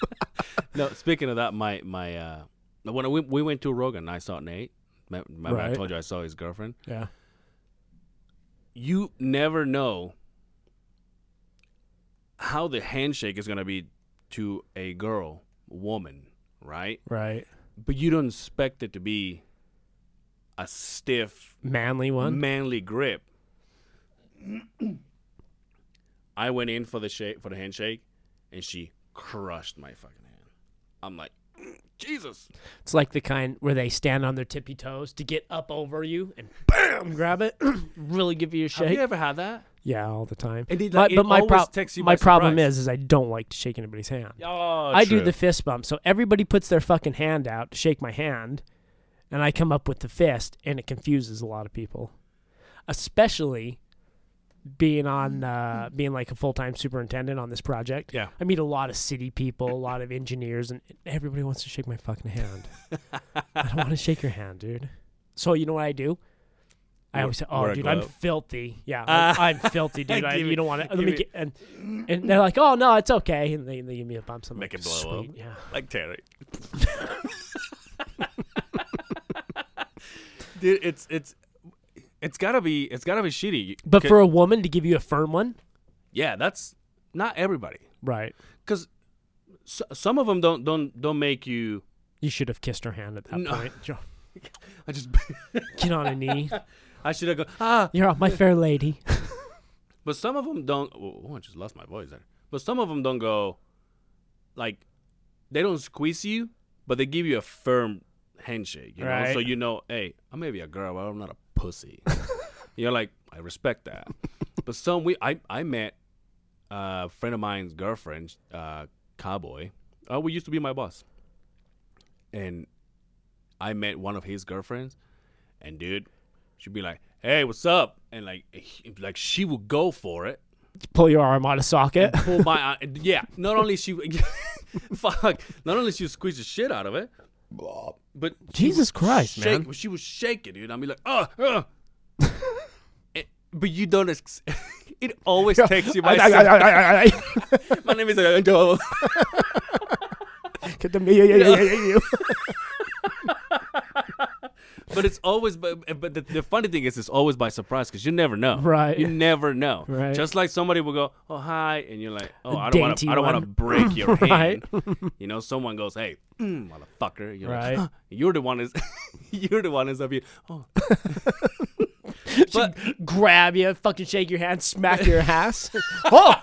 [SPEAKER 1] no, speaking of that, my my uh, when I, we we went to Rogan, I saw Nate. Remember I
[SPEAKER 2] Right.
[SPEAKER 1] told you I saw his girlfriend.
[SPEAKER 2] Yeah.
[SPEAKER 1] You never know how the handshake is gonna be to a girl, woman, right?
[SPEAKER 2] Right.
[SPEAKER 1] But you don't expect it to be a stiff,
[SPEAKER 2] Manly one.
[SPEAKER 1] manly grip. I went in for the shake for the handshake, and she crushed my fucking hand. I'm like, Jesus.
[SPEAKER 2] It's like the kind where they stand on their tippy toes to get up over you and bam, grab it, really give you a shake.
[SPEAKER 1] ever had that?
[SPEAKER 2] yeah, all the time.
[SPEAKER 1] And it,
[SPEAKER 2] My-
[SPEAKER 1] like, it
[SPEAKER 2] but my,
[SPEAKER 1] always
[SPEAKER 2] prob-
[SPEAKER 1] takes you
[SPEAKER 2] my
[SPEAKER 1] by
[SPEAKER 2] problem
[SPEAKER 1] surprise.
[SPEAKER 2] is, is I don't like to shake anybody's hand.
[SPEAKER 1] Oh,
[SPEAKER 2] I do
[SPEAKER 1] true.
[SPEAKER 2] the fist bump, so everybody puts their fucking hand out to shake my hand, and I come up with the fist, and it confuses a lot of people, especially being on uh, being like a full time superintendent on this project.
[SPEAKER 1] Yeah.
[SPEAKER 2] I meet a lot of city people, a lot of engineers, and everybody wants to shake my fucking hand. I don't want to shake your hand, dude. So you know what I do? I
[SPEAKER 1] Wear-
[SPEAKER 2] always say, "Oh,
[SPEAKER 1] wear a
[SPEAKER 2] dude, I'm
[SPEAKER 1] glove.
[SPEAKER 2] filthy. Yeah, I'm,
[SPEAKER 1] Ah.
[SPEAKER 2] I'm filthy, dude. I,
[SPEAKER 1] Give
[SPEAKER 2] you
[SPEAKER 1] it-
[SPEAKER 2] don't want to. Let
[SPEAKER 1] give
[SPEAKER 2] me
[SPEAKER 1] it-
[SPEAKER 2] get, and and they're like, "Oh no, it's okay," and they, they give me a bump. So I'm
[SPEAKER 1] Make
[SPEAKER 2] like,
[SPEAKER 1] it blow up.
[SPEAKER 2] "Sweet, Yeah,
[SPEAKER 1] like Terry. Dude, it's it's it's gotta be it's gotta be shitty.
[SPEAKER 2] but
[SPEAKER 1] 'Cause-
[SPEAKER 2] for a woman to give you a firm one,
[SPEAKER 1] yeah, that's not everybody.
[SPEAKER 2] right?
[SPEAKER 1] Because s some of them don't don't don't make you.
[SPEAKER 2] You should have kissed her hand at that
[SPEAKER 1] No.
[SPEAKER 2] point. Jo-
[SPEAKER 1] I just
[SPEAKER 2] Get on a knee.
[SPEAKER 1] I should have gone ah.
[SPEAKER 2] You're off my fair lady.
[SPEAKER 1] But some of them don't. Oh, I just lost my voice there. But some of them don't go. Like, they don't squeeze you, but they give you a firm handshake. You know,
[SPEAKER 2] Right.
[SPEAKER 1] so you know, hey, I may be a girl, but I'm not a pussy. You're like, I respect that. but some we I I met a friend of mine's girlfriend, uh, cowboy. Uh, we used to be my boss, and I met one of his girlfriends, and dude, she'd be like, "Hey, what's up?" And like, he- like she would go for it.
[SPEAKER 2] Pull your arm out of socket.
[SPEAKER 1] Pull my and yeah. Not only she, fuck. Not only she would squeeze the shit out of it, but she
[SPEAKER 2] Jesus
[SPEAKER 1] would
[SPEAKER 2] Christ,
[SPEAKER 1] shake,
[SPEAKER 2] man.
[SPEAKER 1] She was shaking, dude. I'd be like, "Oh." Uh. It- but you don't. Ex- it always takes you by. surprise. my name is uh, Joe.
[SPEAKER 2] Get the- yeah, yeah, yeah, yeah, yeah, yeah.
[SPEAKER 1] but it's always but, but the, the funny thing is it's always by surprise because you never know
[SPEAKER 2] Right.
[SPEAKER 1] you never know
[SPEAKER 2] Right.
[SPEAKER 1] just like somebody will go oh hi and you're like oh
[SPEAKER 2] A
[SPEAKER 1] I don't want
[SPEAKER 2] dainty
[SPEAKER 1] to I don't want to
[SPEAKER 2] one.
[SPEAKER 1] break your
[SPEAKER 2] Right.
[SPEAKER 1] hand you know someone goes hey mm, motherfucker you're like,
[SPEAKER 2] Right.
[SPEAKER 1] "Huh." you're the one is you're the one is up here oh but
[SPEAKER 2] Grab you, fucking shake your hand, smack your ass. oh,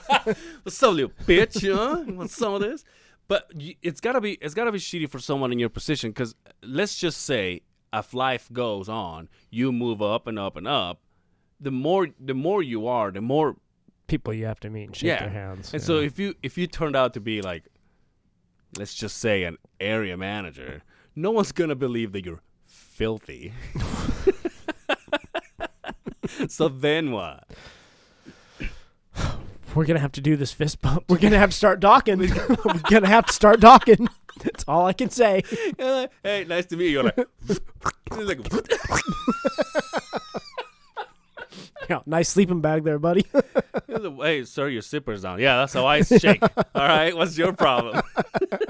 [SPEAKER 1] what's up little bitch you know you want some of this but you, it's gotta be it's gotta be shitty for someone in your position because let's just say if life goes on you move up and up and up the more the more you are the more
[SPEAKER 2] people you have to meet and shake their hands.
[SPEAKER 1] And so if you if you turned out to be like, let's just say an area manager, no one's gonna believe that you're filthy. so then what?
[SPEAKER 2] we're gonna have to do this fist bump. We're gonna have to start docking. we're gonna have to start docking. That's all I can say.
[SPEAKER 1] You're like, hey, nice to meet you. You're like, It's like,
[SPEAKER 2] Yeah, nice sleeping bag there, buddy.
[SPEAKER 1] it's like, hey, sir, your zipper's down. Yeah, that's how I shake. All right, what's your problem?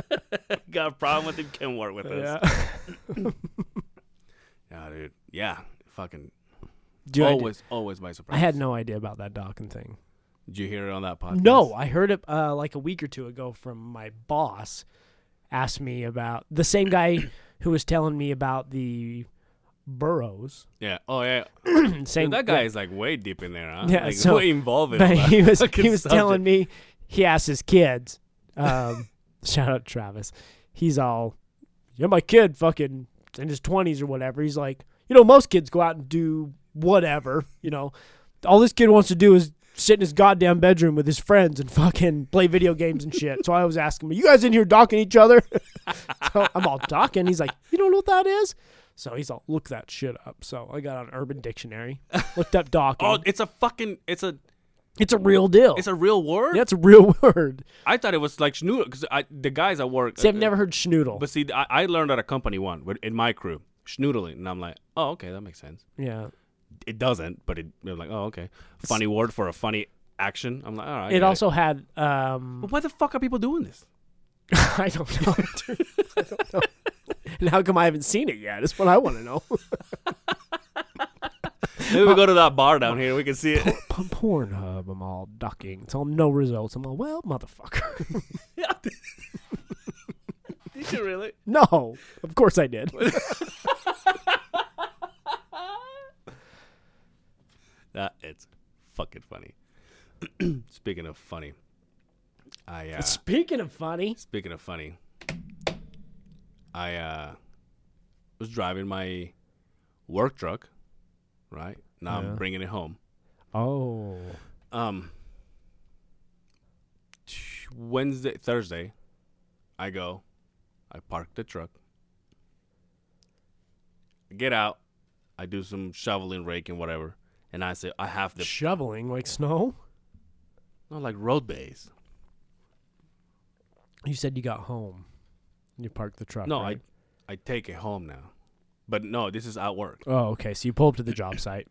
[SPEAKER 1] Got a problem with it? Can work with us. Yeah, dude. Yeah, fucking
[SPEAKER 2] Dude, I did-
[SPEAKER 1] always, always by surprise.
[SPEAKER 2] I had no idea about that docking thing.
[SPEAKER 1] Did you hear it on that podcast?
[SPEAKER 2] No, I heard it uh, like a week or two ago from my boss. Asked me about the same guy who was telling me about the burrows.
[SPEAKER 1] Yeah. Oh yeah.
[SPEAKER 2] same
[SPEAKER 1] Dude, that guy is like way deep in there, huh?
[SPEAKER 2] Yeah,
[SPEAKER 1] like,
[SPEAKER 2] so-
[SPEAKER 1] way involved in all
[SPEAKER 2] But
[SPEAKER 1] that.
[SPEAKER 2] he was
[SPEAKER 1] fucking
[SPEAKER 2] he was
[SPEAKER 1] subject.
[SPEAKER 2] telling me he asked his kids. Um, shout out Travis. He's all, yeah, my kid fucking in his twenties or whatever. He's like, you know, most kids go out and do whatever. You know, all this kid wants to do is sit in his goddamn bedroom with his friends and fucking play video games and shit. So I was asking him, you guys in here docking each other? so I'm all docking. He's like, you don't know what that is. So he's all, look that shit up. So I got on Urban Dictionary, looked up docking.
[SPEAKER 1] Oh, it's a fucking it's a
[SPEAKER 2] it's a real deal.
[SPEAKER 1] it's a real word.
[SPEAKER 2] That's a real word.
[SPEAKER 1] I thought it was like schnoodle because the guys at work.
[SPEAKER 2] See, I've never heard schnoodle.
[SPEAKER 1] But see, I, I learned at a company one with- in my crew schnoodling, and I'm like, oh okay, that makes sense.
[SPEAKER 2] yeah.
[SPEAKER 1] It doesn't, but it, I'm like, oh okay, funny word for a funny action. I'm like, all right. I get
[SPEAKER 2] It also had um
[SPEAKER 1] But why the fuck are people doing this?
[SPEAKER 2] I don't know. dude. I don't know. And how come I haven't seen it yet? That's what I want to know.
[SPEAKER 1] Maybe we go to that bar down here. We can see it.
[SPEAKER 2] P- Pornhub, I'm all ducking. It's all no results. I'm all, well, motherfucker.
[SPEAKER 1] Did you really?
[SPEAKER 2] no, of course I did.
[SPEAKER 1] That it's fucking funny. Speaking of funny, I uh,
[SPEAKER 2] Speaking of funny,
[SPEAKER 1] Speaking of funny, I uh, was driving my work truck, right? Now
[SPEAKER 2] Yeah.
[SPEAKER 1] I'm bringing it home.
[SPEAKER 2] oh,
[SPEAKER 1] Um, t- Wednesday, Thursday, I go, I park the truck, I get out, I do some shoveling, raking, whatever, and I say I have the
[SPEAKER 2] shoveling like snow.
[SPEAKER 1] no like road base.
[SPEAKER 2] You said you got home. You parked the truck.
[SPEAKER 1] No,
[SPEAKER 2] right?
[SPEAKER 1] I I take it home now, but no, this is at work.
[SPEAKER 2] Oh, okay. So you pull up to the job site.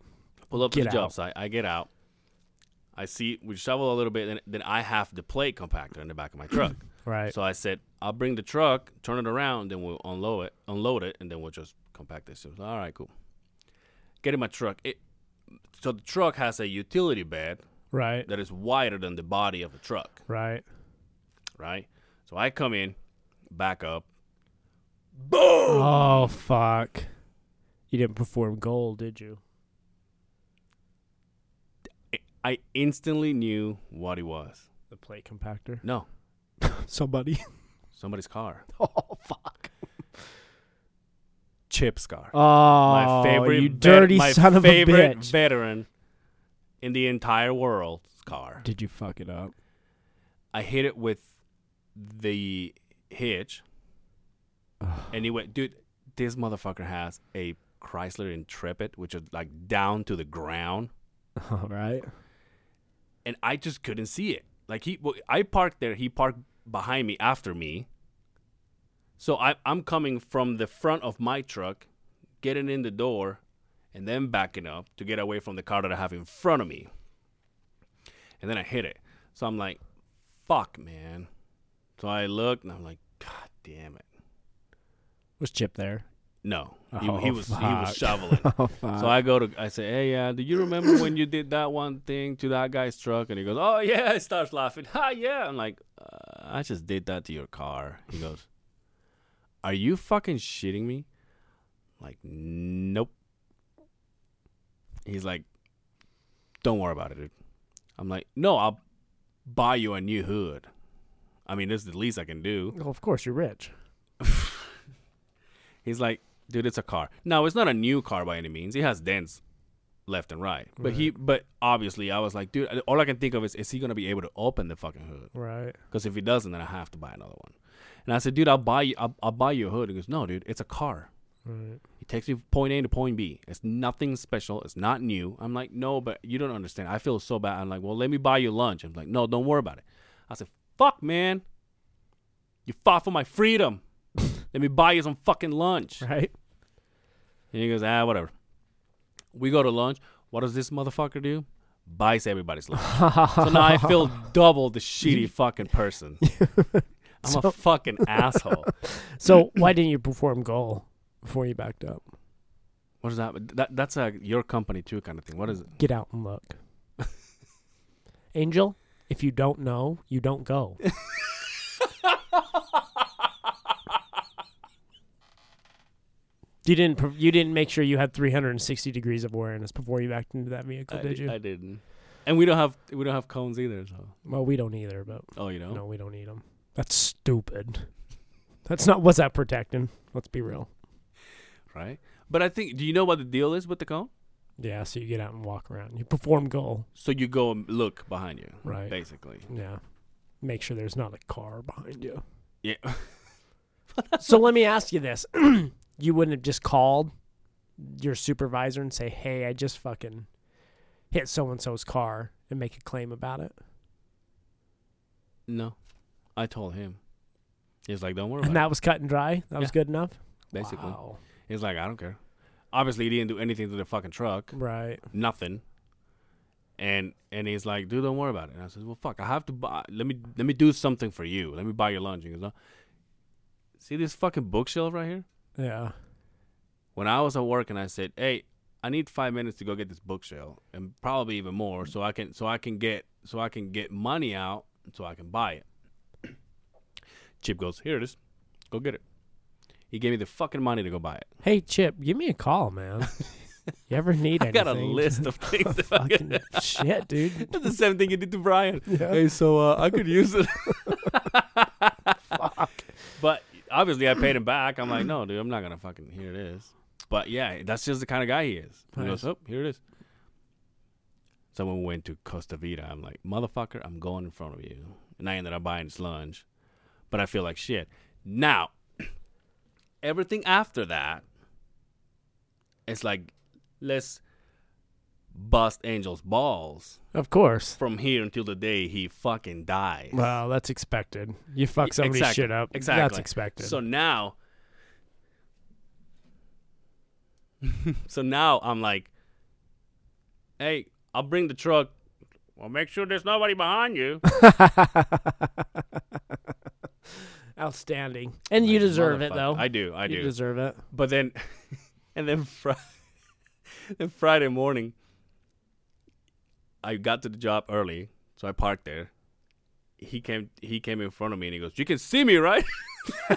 [SPEAKER 1] pull up to
[SPEAKER 2] Get
[SPEAKER 1] the job
[SPEAKER 2] out.
[SPEAKER 1] site. I get out. I see we shovel a little bit, and then I have the plate compactor in the back of my truck.
[SPEAKER 2] Right.
[SPEAKER 1] so I said, I'll bring the truck, turn it around, then we'll unload it, unload it, and then we'll just compact this. It was, All right, cool. Get in my truck. It, so the truck has a utility bed
[SPEAKER 2] right.
[SPEAKER 1] that is wider than the body of the truck,
[SPEAKER 2] Right.
[SPEAKER 1] right? So I come in, back up.
[SPEAKER 2] Oh fuck. You didn't perform goal, did you?
[SPEAKER 1] I instantly knew what it was.
[SPEAKER 2] The plate compactor.
[SPEAKER 1] No,
[SPEAKER 2] Somebody.
[SPEAKER 1] somebody's car.
[SPEAKER 2] oh fuck.
[SPEAKER 1] Chip's car.
[SPEAKER 2] Oh,
[SPEAKER 1] my favorite
[SPEAKER 2] you
[SPEAKER 1] vet-
[SPEAKER 2] dirty
[SPEAKER 1] my
[SPEAKER 2] son of a
[SPEAKER 1] favorite
[SPEAKER 2] bitch.
[SPEAKER 1] veteran in the entire world's car.
[SPEAKER 2] Did you fuck it up?
[SPEAKER 1] I hit it with the hitch, and he went, dude. This motherfucker has a Chrysler Intrepid, which is like down to the ground,
[SPEAKER 2] All right.
[SPEAKER 1] and I just couldn't see it. Like he, well, I parked there. He parked behind me, after me. So I, I'm coming from the front of my truck, getting in the door, and then backing up to get away from the car that I have in front of me. And then I hit it. So I'm like, fuck, man. So I looked and I'm like, God damn it.
[SPEAKER 2] Was Chip there?
[SPEAKER 1] No. He,
[SPEAKER 2] Oh,
[SPEAKER 1] he was he was
[SPEAKER 2] fuck.
[SPEAKER 1] shoveling.
[SPEAKER 2] Oh fuck.
[SPEAKER 1] So I go to I say, Hey uh, do you remember when you did that one thing to that guy's truck? And he goes, Oh yeah, he starts laughing. Ha yeah. I'm like, uh, I just did that to your car. He goes, Are you fucking shitting me? I'm like, nope. He's like, Don't worry about it, dude. I'm like, No, I'll buy you a new hood. I mean, this is the least I can do.
[SPEAKER 2] well, of course you're rich.
[SPEAKER 1] He's like, dude, it's a car. Now it's not a new car by any means. It has dents left and right. But he, but obviously, I was like, dude, all I can think of is, is he gonna be able to open the fucking hood?
[SPEAKER 2] Right.
[SPEAKER 1] Because if he doesn't, then I have to buy another one. And I said, dude, I'll buy you, I'll, I'll buy you a hood. He goes, no, dude, it's a car.
[SPEAKER 2] Right.
[SPEAKER 1] It takes you from point A to point B. It's nothing special. It's not new. I'm like, no, but you don't understand. I feel so bad. I'm like, well, let me buy you lunch. I'm like, no, don't worry about it. I said, fuck, man. You fought for my freedom. let me buy you some fucking lunch.
[SPEAKER 2] Right.
[SPEAKER 1] And he goes, ah, whatever. We go to lunch. What does this motherfucker do? Buys everybody's lunch. so now I feel double the shitty fucking person. I'm a fucking asshole.
[SPEAKER 2] So why didn't you perform goal before you backed up?
[SPEAKER 1] What is that? that that's a your company too kind of thing. What is it?
[SPEAKER 2] Get out and look. Angel, if you don't know, you don't go. you didn't. per- You didn't make sure you had 360 degrees of awareness before you backed into that vehicle,
[SPEAKER 1] I,
[SPEAKER 2] Oh, did
[SPEAKER 1] di-
[SPEAKER 2] you?
[SPEAKER 1] I didn't. And we don't have we don't have cones either. So
[SPEAKER 2] well, we don't either, but
[SPEAKER 1] oh, you know.
[SPEAKER 2] no, we don't need them. That's stupid. That's not what's that protecting. Let's be real.
[SPEAKER 1] right? But I think, do you know what the deal is with the cone?
[SPEAKER 2] Yeah. So you get out and walk around. You perform goal.
[SPEAKER 1] So you go and look behind you,
[SPEAKER 2] Right.
[SPEAKER 1] Basically,
[SPEAKER 2] Yeah. Make sure there's not a car behind you.
[SPEAKER 1] yeah.
[SPEAKER 2] so let me ask you this. you wouldn't have just called your supervisor and say, hey, I just fucking hit so and so's car and make a claim about it.
[SPEAKER 1] no, I told him. He's like, don't worry
[SPEAKER 2] And
[SPEAKER 1] about
[SPEAKER 2] that was cut and dry. That was
[SPEAKER 1] Yeah.
[SPEAKER 2] good enough.
[SPEAKER 1] it. Basically,
[SPEAKER 2] Wow.
[SPEAKER 1] he's like, I don't care. Obviously, he didn't do anything to the fucking truck,
[SPEAKER 2] Right.
[SPEAKER 1] nothing. And and he's like, dude, don't worry about it. And I said, well, fuck, I have to buy. Let me let me do something for you. Let me buy your lunch. He goes, no. See this fucking bookshelf right here?
[SPEAKER 2] Yeah.
[SPEAKER 1] When I was at work and I said, hey, I need five minutes to go get this bookshelf, and probably even more, so I can so I can get so I can get money out, so I can buy it. Chip goes, here it is, go get it. He gave me the fucking money to go buy it.
[SPEAKER 2] Hey Chip, give me a call, man. you ever need
[SPEAKER 1] I
[SPEAKER 2] anything?
[SPEAKER 1] got a list of things. That I
[SPEAKER 2] Fucking shit, dude.
[SPEAKER 1] That's the same thing you did to Brian.
[SPEAKER 2] Yeah.
[SPEAKER 1] Hey, so uh, I could use it. But obviously, I paid him back. I'm like, no, dude, I'm not gonna fucking. Here it is. But yeah, that's just the kind of guy he is. He
[SPEAKER 2] Nice.
[SPEAKER 1] goes, oh, here it is. Someone went to Costa Vida. I'm like, motherfucker, I'm going in front of you, and I ended up buying his lunch. But I feel like shit. Now, everything after that, it's like, let's bust Angel's balls
[SPEAKER 2] Of course.
[SPEAKER 1] from here until the day he fucking dies.
[SPEAKER 2] Well, that's expected. You fuck somebody's
[SPEAKER 1] Exactly,
[SPEAKER 2] shit up. That's
[SPEAKER 1] exactly.
[SPEAKER 2] expected.
[SPEAKER 1] So now, so now I'm like, hey, I'll bring the truck. Well, make sure there's nobody behind you.
[SPEAKER 2] Outstanding. And you deserve it
[SPEAKER 1] Motherfucker.
[SPEAKER 2] though.
[SPEAKER 1] I do, I
[SPEAKER 2] you
[SPEAKER 1] do.
[SPEAKER 2] deserve it.
[SPEAKER 1] but then, and then Friday, then Friday morning, I got to the job early, so I parked there. He came, he came in front of me, and he goes, "You can see me, right?"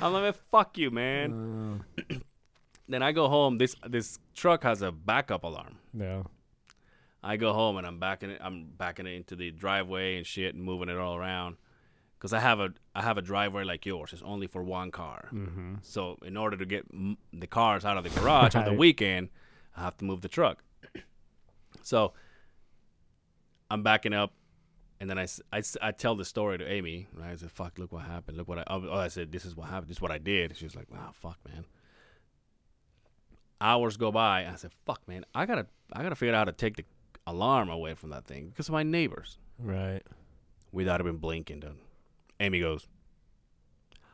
[SPEAKER 1] I'm like, "Fuck you, man." then I go home. This this truck has a backup alarm.
[SPEAKER 2] no.
[SPEAKER 1] I go home and I'm backing it. I'm backing it into the driveway and shit, and moving it all around. Cause I have a I have a driveway like yours. It's only for one car. Mm-hmm. So in order to get m- the cars out of the garage on the
[SPEAKER 2] Right.
[SPEAKER 1] weekend, I have to move the truck. So I'm backing up, and then I, s- I s- I tell the story to Amy. Right? I said, "Fuck! Look what happened. Look what I." Oh, I said, "This is what happened. This is what I did." She was like, "Wow, fuck, man." Hours go by. I said, "Fuck, man. I gotta I gotta figure out how to take the alarm away from that thing because of my neighbors."
[SPEAKER 2] Right.
[SPEAKER 1] Without even blinking, done. Amy goes,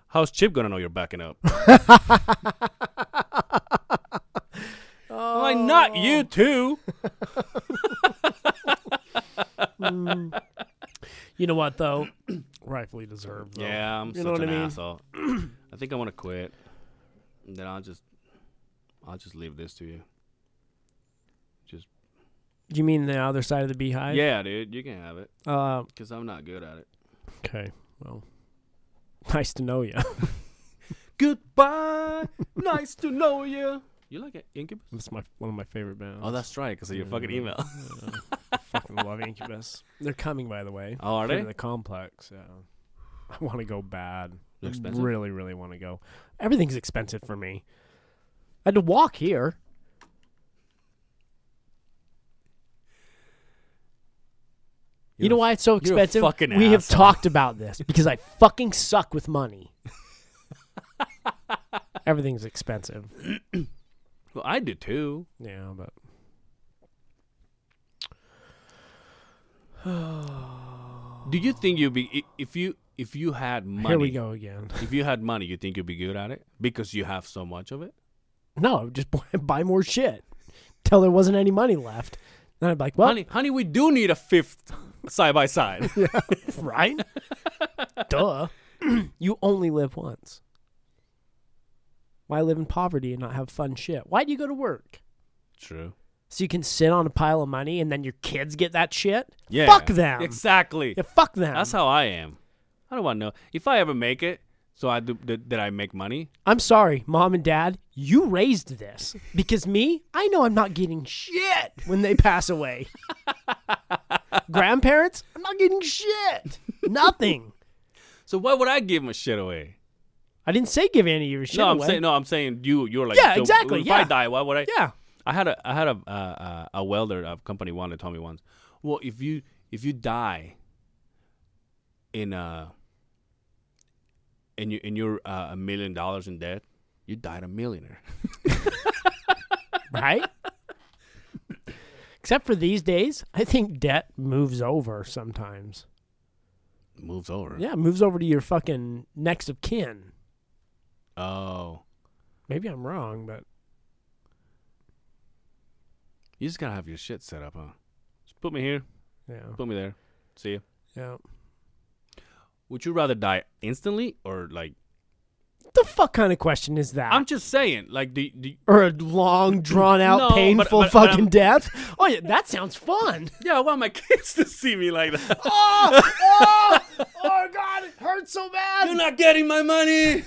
[SPEAKER 1] "How's Chip gonna know you're backing up?" I'm like, "Not
[SPEAKER 2] Oh.
[SPEAKER 1] you too."
[SPEAKER 2] You know what though? Rightfully deserved. Though.
[SPEAKER 1] Yeah, I'm
[SPEAKER 2] You
[SPEAKER 1] such
[SPEAKER 2] know what
[SPEAKER 1] an
[SPEAKER 2] I mean?
[SPEAKER 1] asshole. I think I want to quit. And then I'll just, I'll just leave this to you. Just
[SPEAKER 2] You mean the other side of the beehive?
[SPEAKER 1] yeah, dude, you can have it
[SPEAKER 2] Uh,
[SPEAKER 1] because I'm not good at it.
[SPEAKER 2] okay. Well, nice to know you.
[SPEAKER 1] Goodbye, nice to know you. You like it, Incubus?
[SPEAKER 2] that's my one of my favorite bands.
[SPEAKER 1] Oh, that's right, because of your fucking
[SPEAKER 2] Yeah.
[SPEAKER 1] email.
[SPEAKER 2] I fucking love Incubus. They're coming, by the way.
[SPEAKER 1] Oh, are
[SPEAKER 2] They're
[SPEAKER 1] they?
[SPEAKER 2] in the complex. Yeah. I want to go bad.
[SPEAKER 1] They're expensive?
[SPEAKER 2] Really, really want to go. Everything's expensive for me. I had to walk here. you
[SPEAKER 1] You're
[SPEAKER 2] know
[SPEAKER 1] a-
[SPEAKER 2] why it's so
[SPEAKER 1] you're a
[SPEAKER 2] expensive?
[SPEAKER 1] fucking
[SPEAKER 2] we have
[SPEAKER 1] asshole.
[SPEAKER 2] talked about this because I fucking suck with money. Everything's expensive.
[SPEAKER 1] Well, I do too.
[SPEAKER 2] Yeah, but
[SPEAKER 1] Do you think you'd be i- if you if you had money?
[SPEAKER 2] here we go again.
[SPEAKER 1] If you had money, you think you'd be good at it because you have so much of it.
[SPEAKER 2] No, just buy, buy more shit. Till there wasn't any money left. Then I'd be like, well,
[SPEAKER 1] honey, honey, we do need a fifth side by side.
[SPEAKER 2] right? Duh. you only live once. Why live in poverty and not have fun shit? Why do you go to work?
[SPEAKER 1] True.
[SPEAKER 2] So you can sit on a pile of money and then your kids get that shit?
[SPEAKER 1] Yeah.
[SPEAKER 2] Fuck them.
[SPEAKER 1] Exactly.
[SPEAKER 2] Yeah, fuck them.
[SPEAKER 1] That's how I am. I don't want to know if I ever make it. So I do. Did, did I make money?
[SPEAKER 2] I'm sorry, mom and dad, you raised this. Because me, I know I'm not getting shit when they pass away. Grandparents, I'm not getting shit. Nothing.
[SPEAKER 1] So why would I give my shit away?
[SPEAKER 2] I didn't say give any of your shit
[SPEAKER 1] no, I'm
[SPEAKER 2] away.
[SPEAKER 1] saying no. I'm saying you. You're like
[SPEAKER 2] Yeah,
[SPEAKER 1] so
[SPEAKER 2] exactly,
[SPEAKER 1] If
[SPEAKER 2] yeah.
[SPEAKER 1] I die, why would I?
[SPEAKER 2] Yeah.
[SPEAKER 1] I had a I had a uh, uh, a welder of company one that told me once. Well, if you if you die in uh in you in your uh, a million dollars in debt, you died a millionaire.
[SPEAKER 2] right? Except for these days, I think debt moves over sometimes.
[SPEAKER 1] Moves over.
[SPEAKER 2] Yeah, it moves over to your fucking next of kin.
[SPEAKER 1] Oh,
[SPEAKER 2] Maybe I'm wrong, but
[SPEAKER 1] you just gotta have your shit set up, huh? Just put me here.
[SPEAKER 2] yeah,
[SPEAKER 1] Put me there. See ya.
[SPEAKER 2] yeah.
[SPEAKER 1] Would you rather die instantly or like
[SPEAKER 2] the fuck kind of question is that?
[SPEAKER 1] I'm just saying, like, do, do
[SPEAKER 2] or a long, drawn out,
[SPEAKER 1] No, but-
[SPEAKER 2] painful
[SPEAKER 1] but- but
[SPEAKER 2] fucking
[SPEAKER 1] I'm-
[SPEAKER 2] death? Oh, yeah, that sounds fun.
[SPEAKER 1] yeah, I want my kids to see me like that.
[SPEAKER 2] oh, oh, oh, God, it hurts so bad.
[SPEAKER 1] You're not getting my money.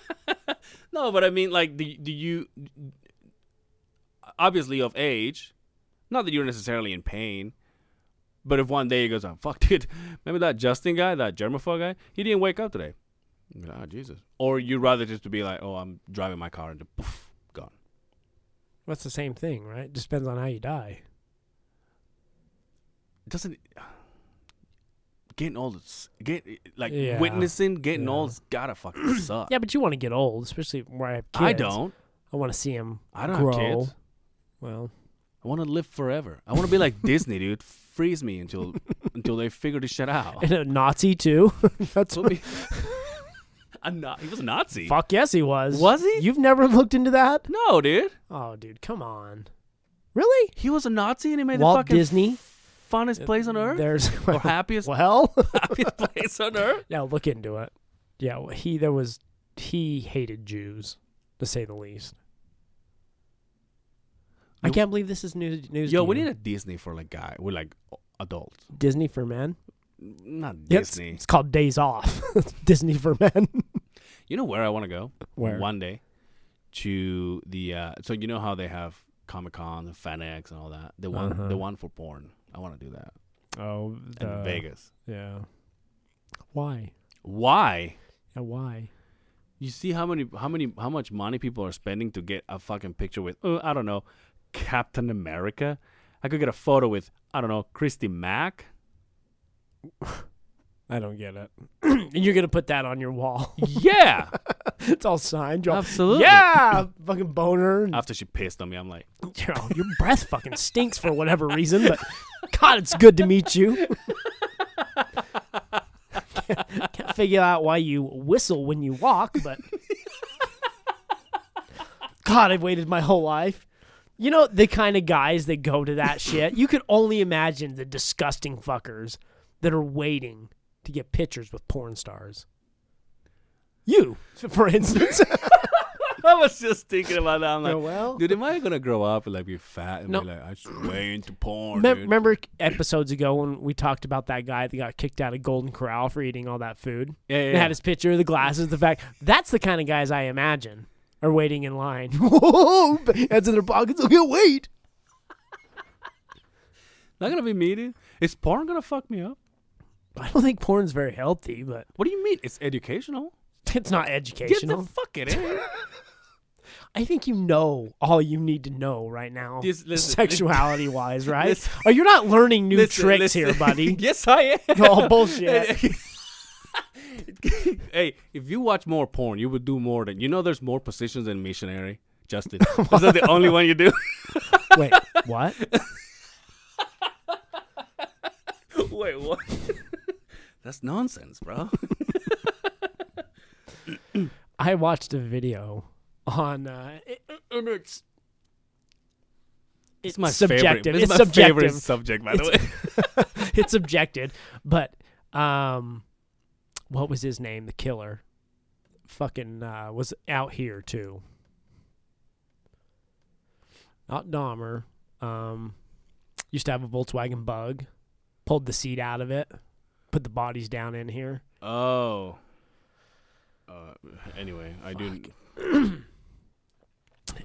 [SPEAKER 1] no, but I mean, like, do do you obviously of age? Not that you're necessarily in pain, but if one day it goes on, fuck, dude, remember that Justin guy, that germaphobe guy? He didn't wake up today. You'd be like, oh, Jesus. Or you'd rather just to be like, oh, I'm driving my car and just poof, gone.
[SPEAKER 2] That's the same thing, right? Just depends on how you die.
[SPEAKER 1] Doesn't getting old, is- get like
[SPEAKER 2] Yeah.
[SPEAKER 1] witnessing getting
[SPEAKER 2] Yeah.
[SPEAKER 1] old's gotta fucking suck.
[SPEAKER 2] Yeah, but you want to get old, especially where I have kids.
[SPEAKER 1] I don't.
[SPEAKER 2] I want to see him.
[SPEAKER 1] I don't
[SPEAKER 2] grow.
[SPEAKER 1] have kids.
[SPEAKER 2] Well,
[SPEAKER 1] I want to live forever. I want to be like Disney, dude. Freeze me until until they figure this shit out.
[SPEAKER 2] and a Nazi too. That's
[SPEAKER 1] Put me- I'm not. He was a Nazi.
[SPEAKER 2] fuck. Yes, he was.
[SPEAKER 1] Was he?
[SPEAKER 2] You've never looked into that?
[SPEAKER 1] No, dude.
[SPEAKER 2] Oh, dude, come on. Really?
[SPEAKER 1] He was a Nazi and he made the
[SPEAKER 2] Walt
[SPEAKER 1] fucking
[SPEAKER 2] Disney.
[SPEAKER 1] funnest place on earth
[SPEAKER 2] There's
[SPEAKER 1] or happiest
[SPEAKER 2] well.
[SPEAKER 1] happiest place on earth.
[SPEAKER 2] now look into it. Yeah, well, he there was he hated Jews to say the least. I
[SPEAKER 1] Yo-
[SPEAKER 2] can't believe this is news. news
[SPEAKER 1] Yo,
[SPEAKER 2] to
[SPEAKER 1] we
[SPEAKER 2] you.
[SPEAKER 1] need a Disney for like guy. We're like adults,
[SPEAKER 2] Disney for men.
[SPEAKER 1] not
[SPEAKER 2] Yeah, it's-
[SPEAKER 1] Disney.
[SPEAKER 2] It's, called Days Off. Disney for men.
[SPEAKER 1] You know where I want to go
[SPEAKER 2] Where?
[SPEAKER 1] one day to the. Uh, so you know how they have Comic Con and FanX and all that. The one,
[SPEAKER 2] Uh-huh.
[SPEAKER 1] the one for porn. I want to do that
[SPEAKER 2] Oh,
[SPEAKER 1] in Vegas.
[SPEAKER 2] Yeah. Why?
[SPEAKER 1] Why?
[SPEAKER 2] Yeah, why?
[SPEAKER 1] You see how many how many how much money people are spending to get a fucking picture with oh I don't know Captain America. I could get a photo with I don't know Christy Mack.
[SPEAKER 2] I don't get it. and you're gonna put that on your wall.
[SPEAKER 1] Yeah,
[SPEAKER 2] it's all signed. You're all,
[SPEAKER 1] absolutely.
[SPEAKER 2] Yeah, fucking boner. and-
[SPEAKER 1] After she pissed on me, I'm like,
[SPEAKER 2] you know, your breath fucking stinks for whatever reason, but God, it's good to meet you. can't, can't figure out why you whistle when you walk, but God, I've waited my whole life. You know the kind of guys that go to that shit. You could only imagine the disgusting fuckers that are waiting to get pictures with porn stars. You, for instance.
[SPEAKER 1] I was just thinking about that. I'm like,
[SPEAKER 2] Oh, well.
[SPEAKER 1] dude, am I gonna grow up and like be fat and
[SPEAKER 2] No.
[SPEAKER 1] be like, I just way into porn,
[SPEAKER 2] Mem-
[SPEAKER 1] dude.
[SPEAKER 2] remember episodes ago when we talked about that guy that got kicked out of Golden Corral for eating all that food?
[SPEAKER 1] yeah, yeah,
[SPEAKER 2] They
[SPEAKER 1] yeah.
[SPEAKER 2] had his picture, the glasses, the fact. That's the kind of guys I imagine are waiting in line. Whoa, hands in their pockets. Okay, wait.
[SPEAKER 1] not gonna be me, dude. Is porn gonna fuck me up?
[SPEAKER 2] I don't think porn's very healthy, but
[SPEAKER 1] What do you mean? It's educational.
[SPEAKER 2] it's not
[SPEAKER 1] Get the
[SPEAKER 2] educational.
[SPEAKER 1] fuck it in.
[SPEAKER 2] I think you know all you need to know right now,
[SPEAKER 1] Just listen.
[SPEAKER 2] sexuality wise, right?
[SPEAKER 1] Listen.
[SPEAKER 2] oh, you're not learning new
[SPEAKER 1] Listen,
[SPEAKER 2] tricks
[SPEAKER 1] listen.
[SPEAKER 2] here, buddy.
[SPEAKER 1] yes, I am.
[SPEAKER 2] All bullshit.
[SPEAKER 1] hey, if you watch more porn, you would do more than you know. There's more positions than missionary. Justin, is that the only one you do?
[SPEAKER 2] Wait, what?
[SPEAKER 1] Wait, what? That's nonsense, bro.
[SPEAKER 2] I watched a video on uh, it, and it's
[SPEAKER 1] It's my favorite.
[SPEAKER 2] subjective.
[SPEAKER 1] This is
[SPEAKER 2] It's
[SPEAKER 1] my
[SPEAKER 2] subjective.
[SPEAKER 1] favorite subject, by the way.
[SPEAKER 2] it's subjective, but um, what was his name? The killer, fucking uh, was out here too. Not Dahmer. Um, used to have a Volkswagen Bug, pulled the seat out of it, put the bodies down in here.
[SPEAKER 1] Oh. Uh, anyway, I do.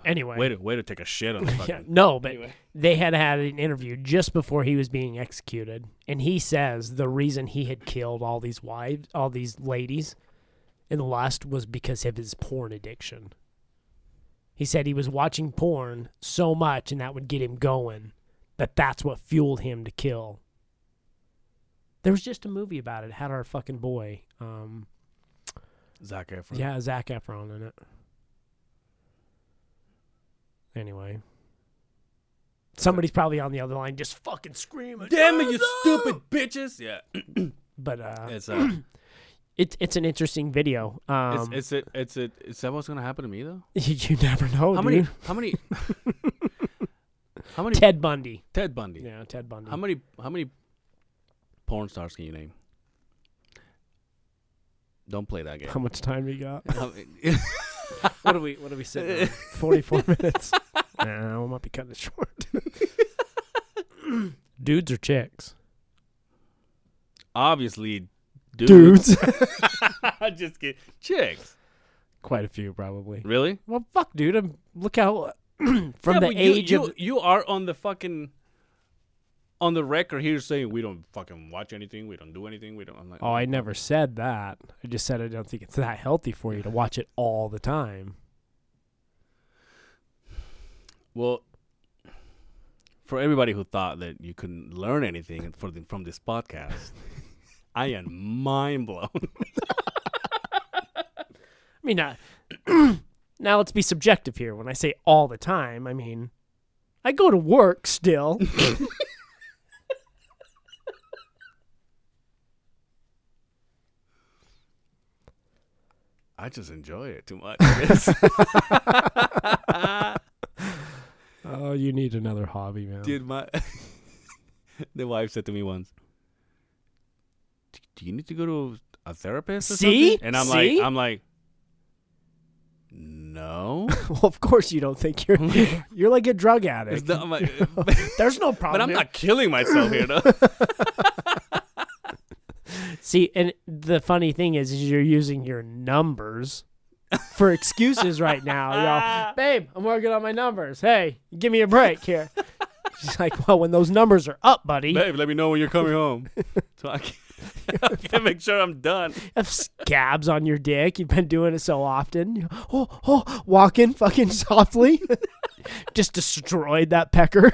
[SPEAKER 2] Anyway,
[SPEAKER 1] Way to way to take a shit on the fucking.
[SPEAKER 2] Yeah, no, but
[SPEAKER 1] Anyway.
[SPEAKER 2] they had had an interview just before he was being executed, and he says the reason he had killed all these wives, all these ladies, in lust was because of his porn addiction. He said he was watching porn so much, and that would get him going. That that's what fueled him to kill. There was just a movie about it. Had our fucking boy, um,
[SPEAKER 1] Zac Efron.
[SPEAKER 2] yeah, Zach Efron in it. Anyway. Somebody's probably on the other line just fucking screaming.
[SPEAKER 1] Damn it,
[SPEAKER 2] "Oh,
[SPEAKER 1] you
[SPEAKER 2] no!"
[SPEAKER 1] stupid bitches! Yeah,
[SPEAKER 2] But uh
[SPEAKER 1] it's uh,
[SPEAKER 2] it's it's an interesting video.
[SPEAKER 1] it's
[SPEAKER 2] Um
[SPEAKER 1] it's it, it's it, is that what's gonna happen to me though?
[SPEAKER 2] you never know,
[SPEAKER 1] how
[SPEAKER 2] dude.
[SPEAKER 1] many? How many? how many?
[SPEAKER 2] Ted Bundy.
[SPEAKER 1] Ted Bundy.
[SPEAKER 2] Yeah, Ted Bundy.
[SPEAKER 1] How many? How many porn stars can you name? Don't play that game.
[SPEAKER 2] How much time we got?
[SPEAKER 1] what are we? What are we sitting? on?
[SPEAKER 2] 44 minutes. Nah, we might be cutting it short. Dudes or chicks?
[SPEAKER 1] Obviously, dudes.
[SPEAKER 2] Dudes.
[SPEAKER 1] Just kidding. Chicks.
[SPEAKER 2] Quite a few, probably.
[SPEAKER 1] Really?
[SPEAKER 2] Well, fuck, dude. I'm, look how from
[SPEAKER 1] Yeah,
[SPEAKER 2] the
[SPEAKER 1] but you,
[SPEAKER 2] age
[SPEAKER 1] you,
[SPEAKER 2] of
[SPEAKER 1] you are on the fucking on the record here saying we don't fucking watch anything, we don't do anything, we don't. I'm like,
[SPEAKER 2] Oh, I never said that. I just said I don't think it's that healthy for you to watch it all the time.
[SPEAKER 1] well, for everybody who thought that you couldn't learn anything for the, from this podcast, I am mind blown.
[SPEAKER 2] I mean, uh, now let's be subjective here. When I say all the time, I mean I go to work still.
[SPEAKER 1] I just enjoy it too much. I guess.
[SPEAKER 2] oh, you need another hobby, man.
[SPEAKER 1] Dude, my the wife said to me once, "Do- "Do you need to go to a therapist?" Or
[SPEAKER 2] See?
[SPEAKER 1] something? and I'm
[SPEAKER 2] See?
[SPEAKER 1] like, I'm like, no.
[SPEAKER 2] well, of course you don't think you're you're like a drug
[SPEAKER 1] It's
[SPEAKER 2] addict.
[SPEAKER 1] not my,
[SPEAKER 2] There's no
[SPEAKER 1] but
[SPEAKER 2] problem.
[SPEAKER 1] I'm
[SPEAKER 2] here.
[SPEAKER 1] not killing myself here, though.
[SPEAKER 2] See, and the funny thing is, is you're using your numbers for excuses right now, y'all. Babe, I'm working on my numbers. Hey, give me a break here. She's like, well, when those numbers are up, buddy,
[SPEAKER 1] Babe, let me know when you're coming home, so I can, I can make sure I'm done.
[SPEAKER 2] you have scabs on your dick. You've been doing it so often. Oh, oh, walking fucking softly. Just destroyed that pecker.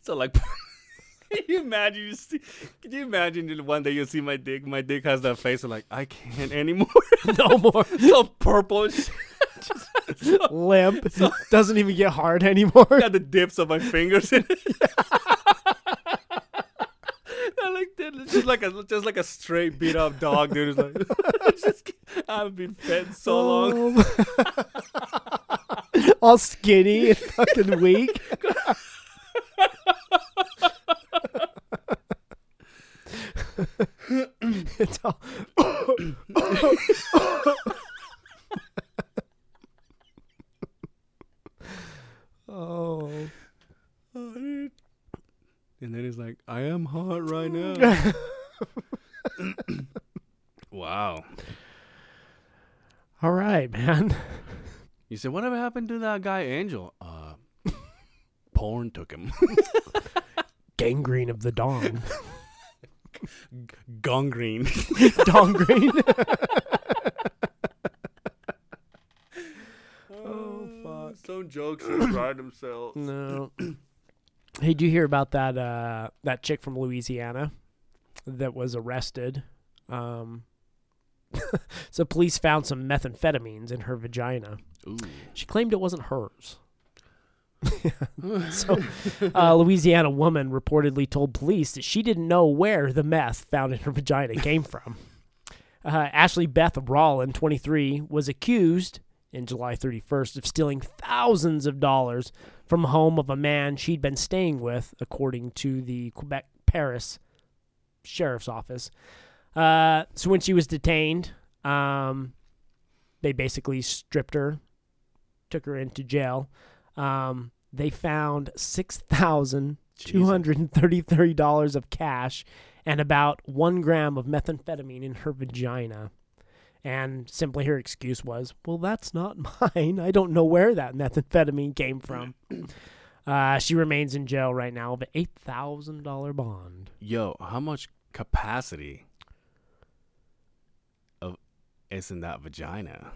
[SPEAKER 1] So like, can you imagine? You see, can you imagine that one day you see my dick? My dick has that face of like I can't anymore.
[SPEAKER 2] no more.
[SPEAKER 1] so purple. and shit.
[SPEAKER 2] Limp. Doesn't even get hard anymore.
[SPEAKER 1] got the dips of my fingers in it. I like that. It's just like a just like a straight beat up dog, dude. It's like just, I've been fed so long.
[SPEAKER 2] Um, All skinny and fucking weak. it's all. oh.
[SPEAKER 1] Oh, dude. And then he's like, I am hot right now. wow.
[SPEAKER 2] All right, man.
[SPEAKER 1] You said, whatever happened to that guy Angel? Uh, porn took him.
[SPEAKER 2] Gangrene of the dawn.
[SPEAKER 1] Gone green.
[SPEAKER 2] Dawn green.
[SPEAKER 1] Oh fuck. Some jokes inside themselves.
[SPEAKER 2] No. hey, did you hear about that uh, that chick from Louisiana that was arrested? Um, so police found some methamphetamines in her vagina. She claimed it wasn't hers. so, a Louisiana woman reportedly told police that she didn't know where the meth found in her vagina came from. Uh, Ashley Beth Rollin, 23, was accused in July 31st of stealing thousands of dollars from the home of a man she'd been staying with, according to the Quebec Paris Sheriff's Office. Uh, so when she was detained, um, they basically stripped her, took her into jail. Um, they found six thousand two hundred and thirty-three dollars of cash and about one gram of methamphetamine in her vagina. And simply her excuse was, "Well, that's not mine. I don't know where that methamphetamine came from." Uh, she remains in jail right now with eight thousand dollar bond.
[SPEAKER 1] Yo, how much capacity of is in that vagina?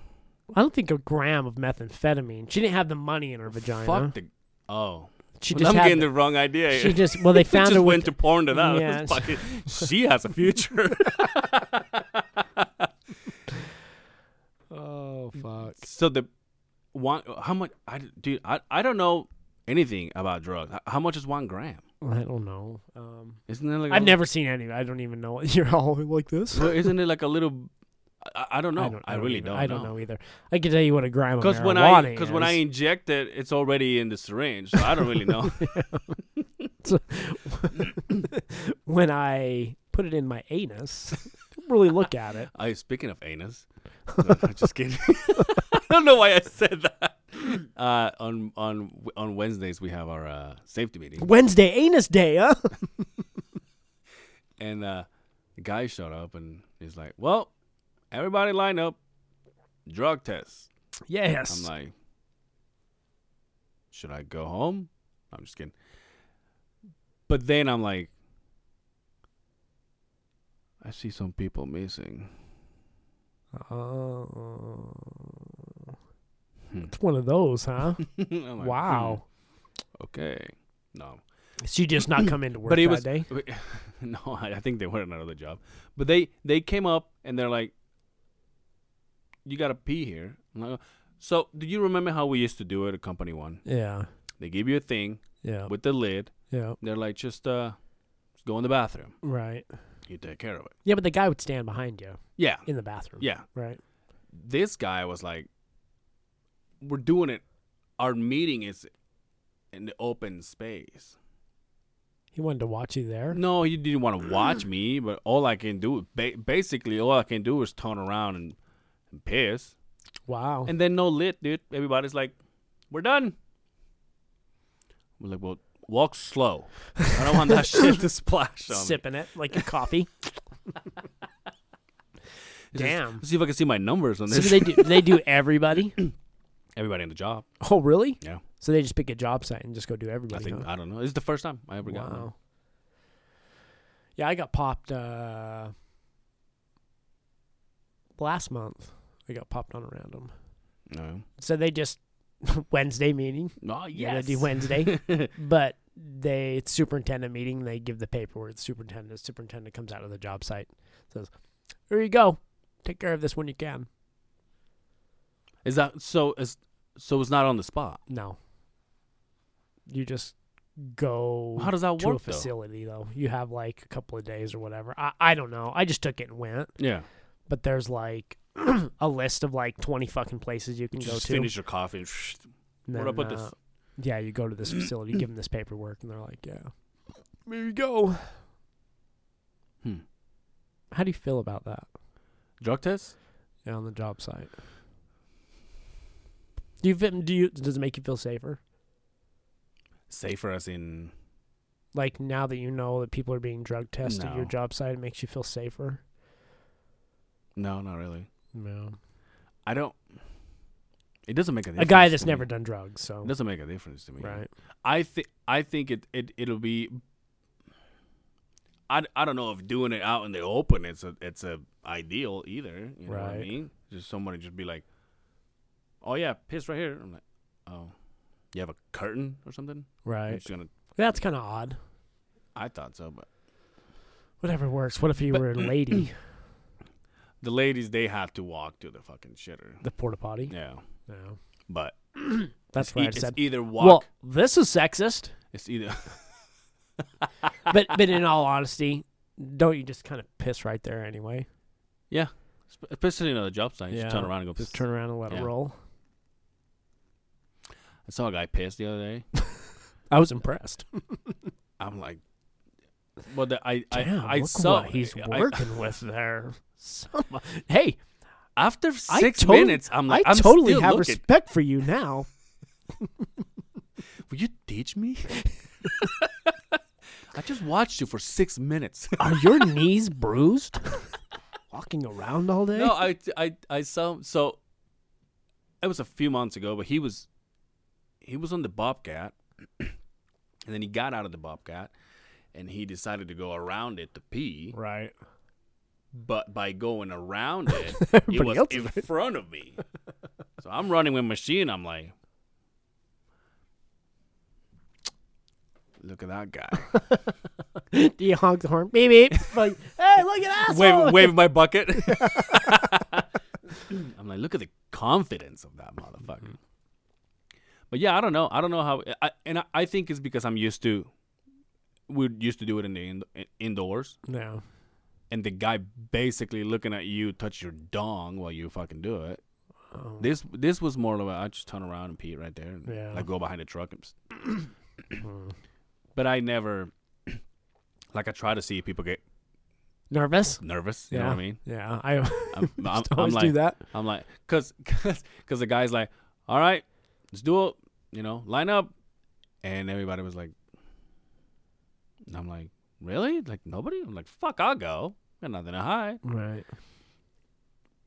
[SPEAKER 2] I don't think a gram of methamphetamine. She didn't have the money in her vagina.
[SPEAKER 1] Fuck the. Oh,
[SPEAKER 2] She
[SPEAKER 1] Well,
[SPEAKER 2] just
[SPEAKER 1] I'm
[SPEAKER 2] had.
[SPEAKER 1] getting the wrong idea. here.
[SPEAKER 2] she just well, they
[SPEAKER 1] They
[SPEAKER 2] found
[SPEAKER 1] just
[SPEAKER 2] her
[SPEAKER 1] went
[SPEAKER 2] with.
[SPEAKER 1] to porn to that.
[SPEAKER 2] Yeah.
[SPEAKER 1] Fucking- she has a future.
[SPEAKER 2] oh fuck!
[SPEAKER 1] so the one, how much? I dude, I I don't know anything about drugs. H- How much is one gram?
[SPEAKER 2] I don't know. Um,
[SPEAKER 1] Isn't it like a
[SPEAKER 2] I've
[SPEAKER 1] little-
[SPEAKER 2] never seen any. I don't even know. You're all like this.
[SPEAKER 1] Well, isn't it like a little? I, I don't know. I, really
[SPEAKER 2] even-
[SPEAKER 1] don't.
[SPEAKER 2] I don't know either. I can tell you what a gram of
[SPEAKER 1] Because
[SPEAKER 2] marijuana
[SPEAKER 1] when I because
[SPEAKER 2] is.
[SPEAKER 1] when I inject it, it's already in the syringe. So I don't really know.
[SPEAKER 2] when I put it in my anus, really look at it.
[SPEAKER 1] I speaking of anus, no, I'm just kidding. I don't know why I said that. Uh, on on on Wednesdays we have our uh, safety meeting,
[SPEAKER 2] Wednesday, anus day, huh?
[SPEAKER 1] and uh, the guy showed up and he's like, "Well, everybody line up, drug test."
[SPEAKER 2] Yes.
[SPEAKER 1] I'm like, "Should I go home?" I'm just kidding. But then I'm like, I see some people missing.
[SPEAKER 2] oh.
[SPEAKER 1] Hmm.
[SPEAKER 2] It's one of those, huh?
[SPEAKER 1] I'm like,
[SPEAKER 2] wow.
[SPEAKER 1] "Hmm, okay. No.
[SPEAKER 2] She just not come into work
[SPEAKER 1] but it
[SPEAKER 2] that
[SPEAKER 1] was
[SPEAKER 2] day.
[SPEAKER 1] no I, I think they were at another job but they they came up and they're like you gotta pee here I'm like, so do you remember how we used to do it at company one
[SPEAKER 2] Yeah.
[SPEAKER 1] they give you a thing
[SPEAKER 2] Yeah.
[SPEAKER 1] with the lid
[SPEAKER 2] Yeah.
[SPEAKER 1] they're like just uh just go in the bathroom
[SPEAKER 2] Right.
[SPEAKER 1] you take care of it
[SPEAKER 2] Yeah, but the guy would stand behind you
[SPEAKER 1] yeah
[SPEAKER 2] in the bathroom.
[SPEAKER 1] yeah
[SPEAKER 2] Right.
[SPEAKER 1] this guy was like we're doing it our meeting is in the open space
[SPEAKER 2] He wanted to watch you there.
[SPEAKER 1] No, he didn't want to watch me, but all I can do, ba- basically, all I can do is turn around and, and piss.
[SPEAKER 2] Wow.
[SPEAKER 1] And then no lit, dude. Everybody's like, we're done. We're like, well, walk slow. I don't want that shit to splash on me.
[SPEAKER 2] Sipping it like your coffee.
[SPEAKER 1] It's just-
[SPEAKER 2] Damn.
[SPEAKER 1] let's see if I can see my numbers on
[SPEAKER 2] so
[SPEAKER 1] this.
[SPEAKER 2] they do they do everybody.
[SPEAKER 1] Everybody in the job.
[SPEAKER 2] Oh, really?
[SPEAKER 1] Yeah.
[SPEAKER 2] So they just pick a job site and just go do
[SPEAKER 1] I
[SPEAKER 2] everybody.
[SPEAKER 1] think,
[SPEAKER 2] huh?
[SPEAKER 1] I don't know. It's the first time I ever got one.
[SPEAKER 2] Wow. Yeah, I got popped uh, last month. I got popped on a random.
[SPEAKER 1] No.
[SPEAKER 2] So they just Wednesday meeting.
[SPEAKER 1] Oh,
[SPEAKER 2] Yeah,
[SPEAKER 1] yes.
[SPEAKER 2] they do Wednesday, but they it's superintendent meeting. They give the paperwork. The superintendent, the superintendent comes out of the job site, says, "Here you go. Take care of this when you can."
[SPEAKER 1] is that so? Is, so it's not on the spot.
[SPEAKER 2] No, you just go
[SPEAKER 1] How does that
[SPEAKER 2] to a
[SPEAKER 1] work, though?
[SPEAKER 2] facility though. You have like a couple of days or whatever. I I don't know. I just took it and went.
[SPEAKER 1] Yeah.
[SPEAKER 2] But there's like a list of like twenty fucking places you can go
[SPEAKER 1] Just
[SPEAKER 2] to.
[SPEAKER 1] finish your coffee. And
[SPEAKER 2] and
[SPEAKER 1] what
[SPEAKER 2] then,
[SPEAKER 1] about
[SPEAKER 2] uh,
[SPEAKER 1] this?
[SPEAKER 2] Yeah, you go to this facility, give them this paperwork, and they're like, "Yeah, here you go."
[SPEAKER 1] Hmm.
[SPEAKER 2] How do you feel about that?
[SPEAKER 1] Drug test?
[SPEAKER 2] Yeah, on the job site. Do you fit- do you does it make you feel safer?
[SPEAKER 1] Safer as in
[SPEAKER 2] Like now that you know that people are being drug tested at your
[SPEAKER 1] No.
[SPEAKER 2] job site, it makes you feel safer.
[SPEAKER 1] No, not really.
[SPEAKER 2] No,
[SPEAKER 1] I don't. It doesn't make a difference.
[SPEAKER 2] a guy that's
[SPEAKER 1] to me.
[SPEAKER 2] never done drugs, so
[SPEAKER 1] It doesn't make a difference to me.
[SPEAKER 2] right.
[SPEAKER 1] I think I think it it it'll be. I, I don't know if doing it out in the open it's a it's a ideal either. You know what I
[SPEAKER 2] Right.
[SPEAKER 1] mean? Just somebody just be like, "Oh yeah, piss right here." I'm like, "Oh, you have a curtain or something?" I'm
[SPEAKER 2] Right.
[SPEAKER 1] just gonna.
[SPEAKER 2] That's kind of odd.
[SPEAKER 1] I thought so, but
[SPEAKER 2] Whatever works. What if you
[SPEAKER 1] But-
[SPEAKER 2] were a lady,
[SPEAKER 1] the ladies they had to walk to the fucking shitter.
[SPEAKER 2] the porta potty?
[SPEAKER 1] Yeah,
[SPEAKER 2] No,
[SPEAKER 1] but
[SPEAKER 2] that's
[SPEAKER 1] it's,
[SPEAKER 2] what
[SPEAKER 1] e-
[SPEAKER 2] I
[SPEAKER 1] it's
[SPEAKER 2] said.
[SPEAKER 1] either walk.
[SPEAKER 2] Well, this is sexist,
[SPEAKER 1] it's either
[SPEAKER 2] but but in all honesty, don't you just kind of piss right there anyway?
[SPEAKER 1] especially on the job site. You
[SPEAKER 2] Yeah.
[SPEAKER 1] just turn around and go.
[SPEAKER 2] Just
[SPEAKER 1] "Psst."
[SPEAKER 2] turn around and let
[SPEAKER 1] Yeah.
[SPEAKER 2] it roll.
[SPEAKER 1] I saw a guy piss the other day.
[SPEAKER 2] I was impressed.
[SPEAKER 1] I'm like, well, the, I
[SPEAKER 2] Damn,
[SPEAKER 1] I, I
[SPEAKER 2] look
[SPEAKER 1] saw
[SPEAKER 2] what he's
[SPEAKER 1] I-
[SPEAKER 2] working with there. Some, hey,
[SPEAKER 1] after
[SPEAKER 2] I
[SPEAKER 1] six
[SPEAKER 2] totally-
[SPEAKER 1] minutes. I'm like,
[SPEAKER 2] I
[SPEAKER 1] am
[SPEAKER 2] totally
[SPEAKER 1] still
[SPEAKER 2] have
[SPEAKER 1] looking.
[SPEAKER 2] respect for you now.
[SPEAKER 1] Will you teach me? I just watched you for six minutes.
[SPEAKER 2] Are your knees bruised? Walking around all day?
[SPEAKER 1] no, I I I saw so. It was a few months ago, but he was he was on the Bobcat, and then he got out of the Bobcat, and he decided to go around it to pee.
[SPEAKER 2] Right.
[SPEAKER 1] but by going around it, it
[SPEAKER 2] Everybody
[SPEAKER 1] was
[SPEAKER 2] else
[SPEAKER 1] in
[SPEAKER 2] is-
[SPEAKER 1] front of me. so I'm running with machine. I'm like, look at that guy.
[SPEAKER 2] Do you honk the horn? Beep beep. Like, hey, look at that.
[SPEAKER 1] wave, wave my bucket. I'm like, look at the confidence of that motherfucker.
[SPEAKER 2] Mm-hmm.
[SPEAKER 1] But yeah, I don't know. I don't know how. I, and I, I think it's because I'm used to. We used to do it in the in, indoors,
[SPEAKER 2] No.
[SPEAKER 1] and the guy basically looking at you touch your dong while you fucking do it.
[SPEAKER 2] Oh,
[SPEAKER 1] This this was more of a I just turn around and pee right there. And,
[SPEAKER 2] Yeah.
[SPEAKER 1] Like go behind the truck. And, s-
[SPEAKER 2] mm.
[SPEAKER 1] but I never, like I try to see people get
[SPEAKER 2] Nervous?
[SPEAKER 1] nervous. You know what I mean?
[SPEAKER 2] Yeah, I just
[SPEAKER 1] I'm, I'm, I'm
[SPEAKER 2] always
[SPEAKER 1] like,
[SPEAKER 2] do that.
[SPEAKER 1] I'm like, cause, cause, cause the guy's like, all right, let's do it. You know, line up, and everybody was like, and I'm like, really? Like nobody? I'm like, fuck, I'll go. Got nothing to hide.
[SPEAKER 2] Right.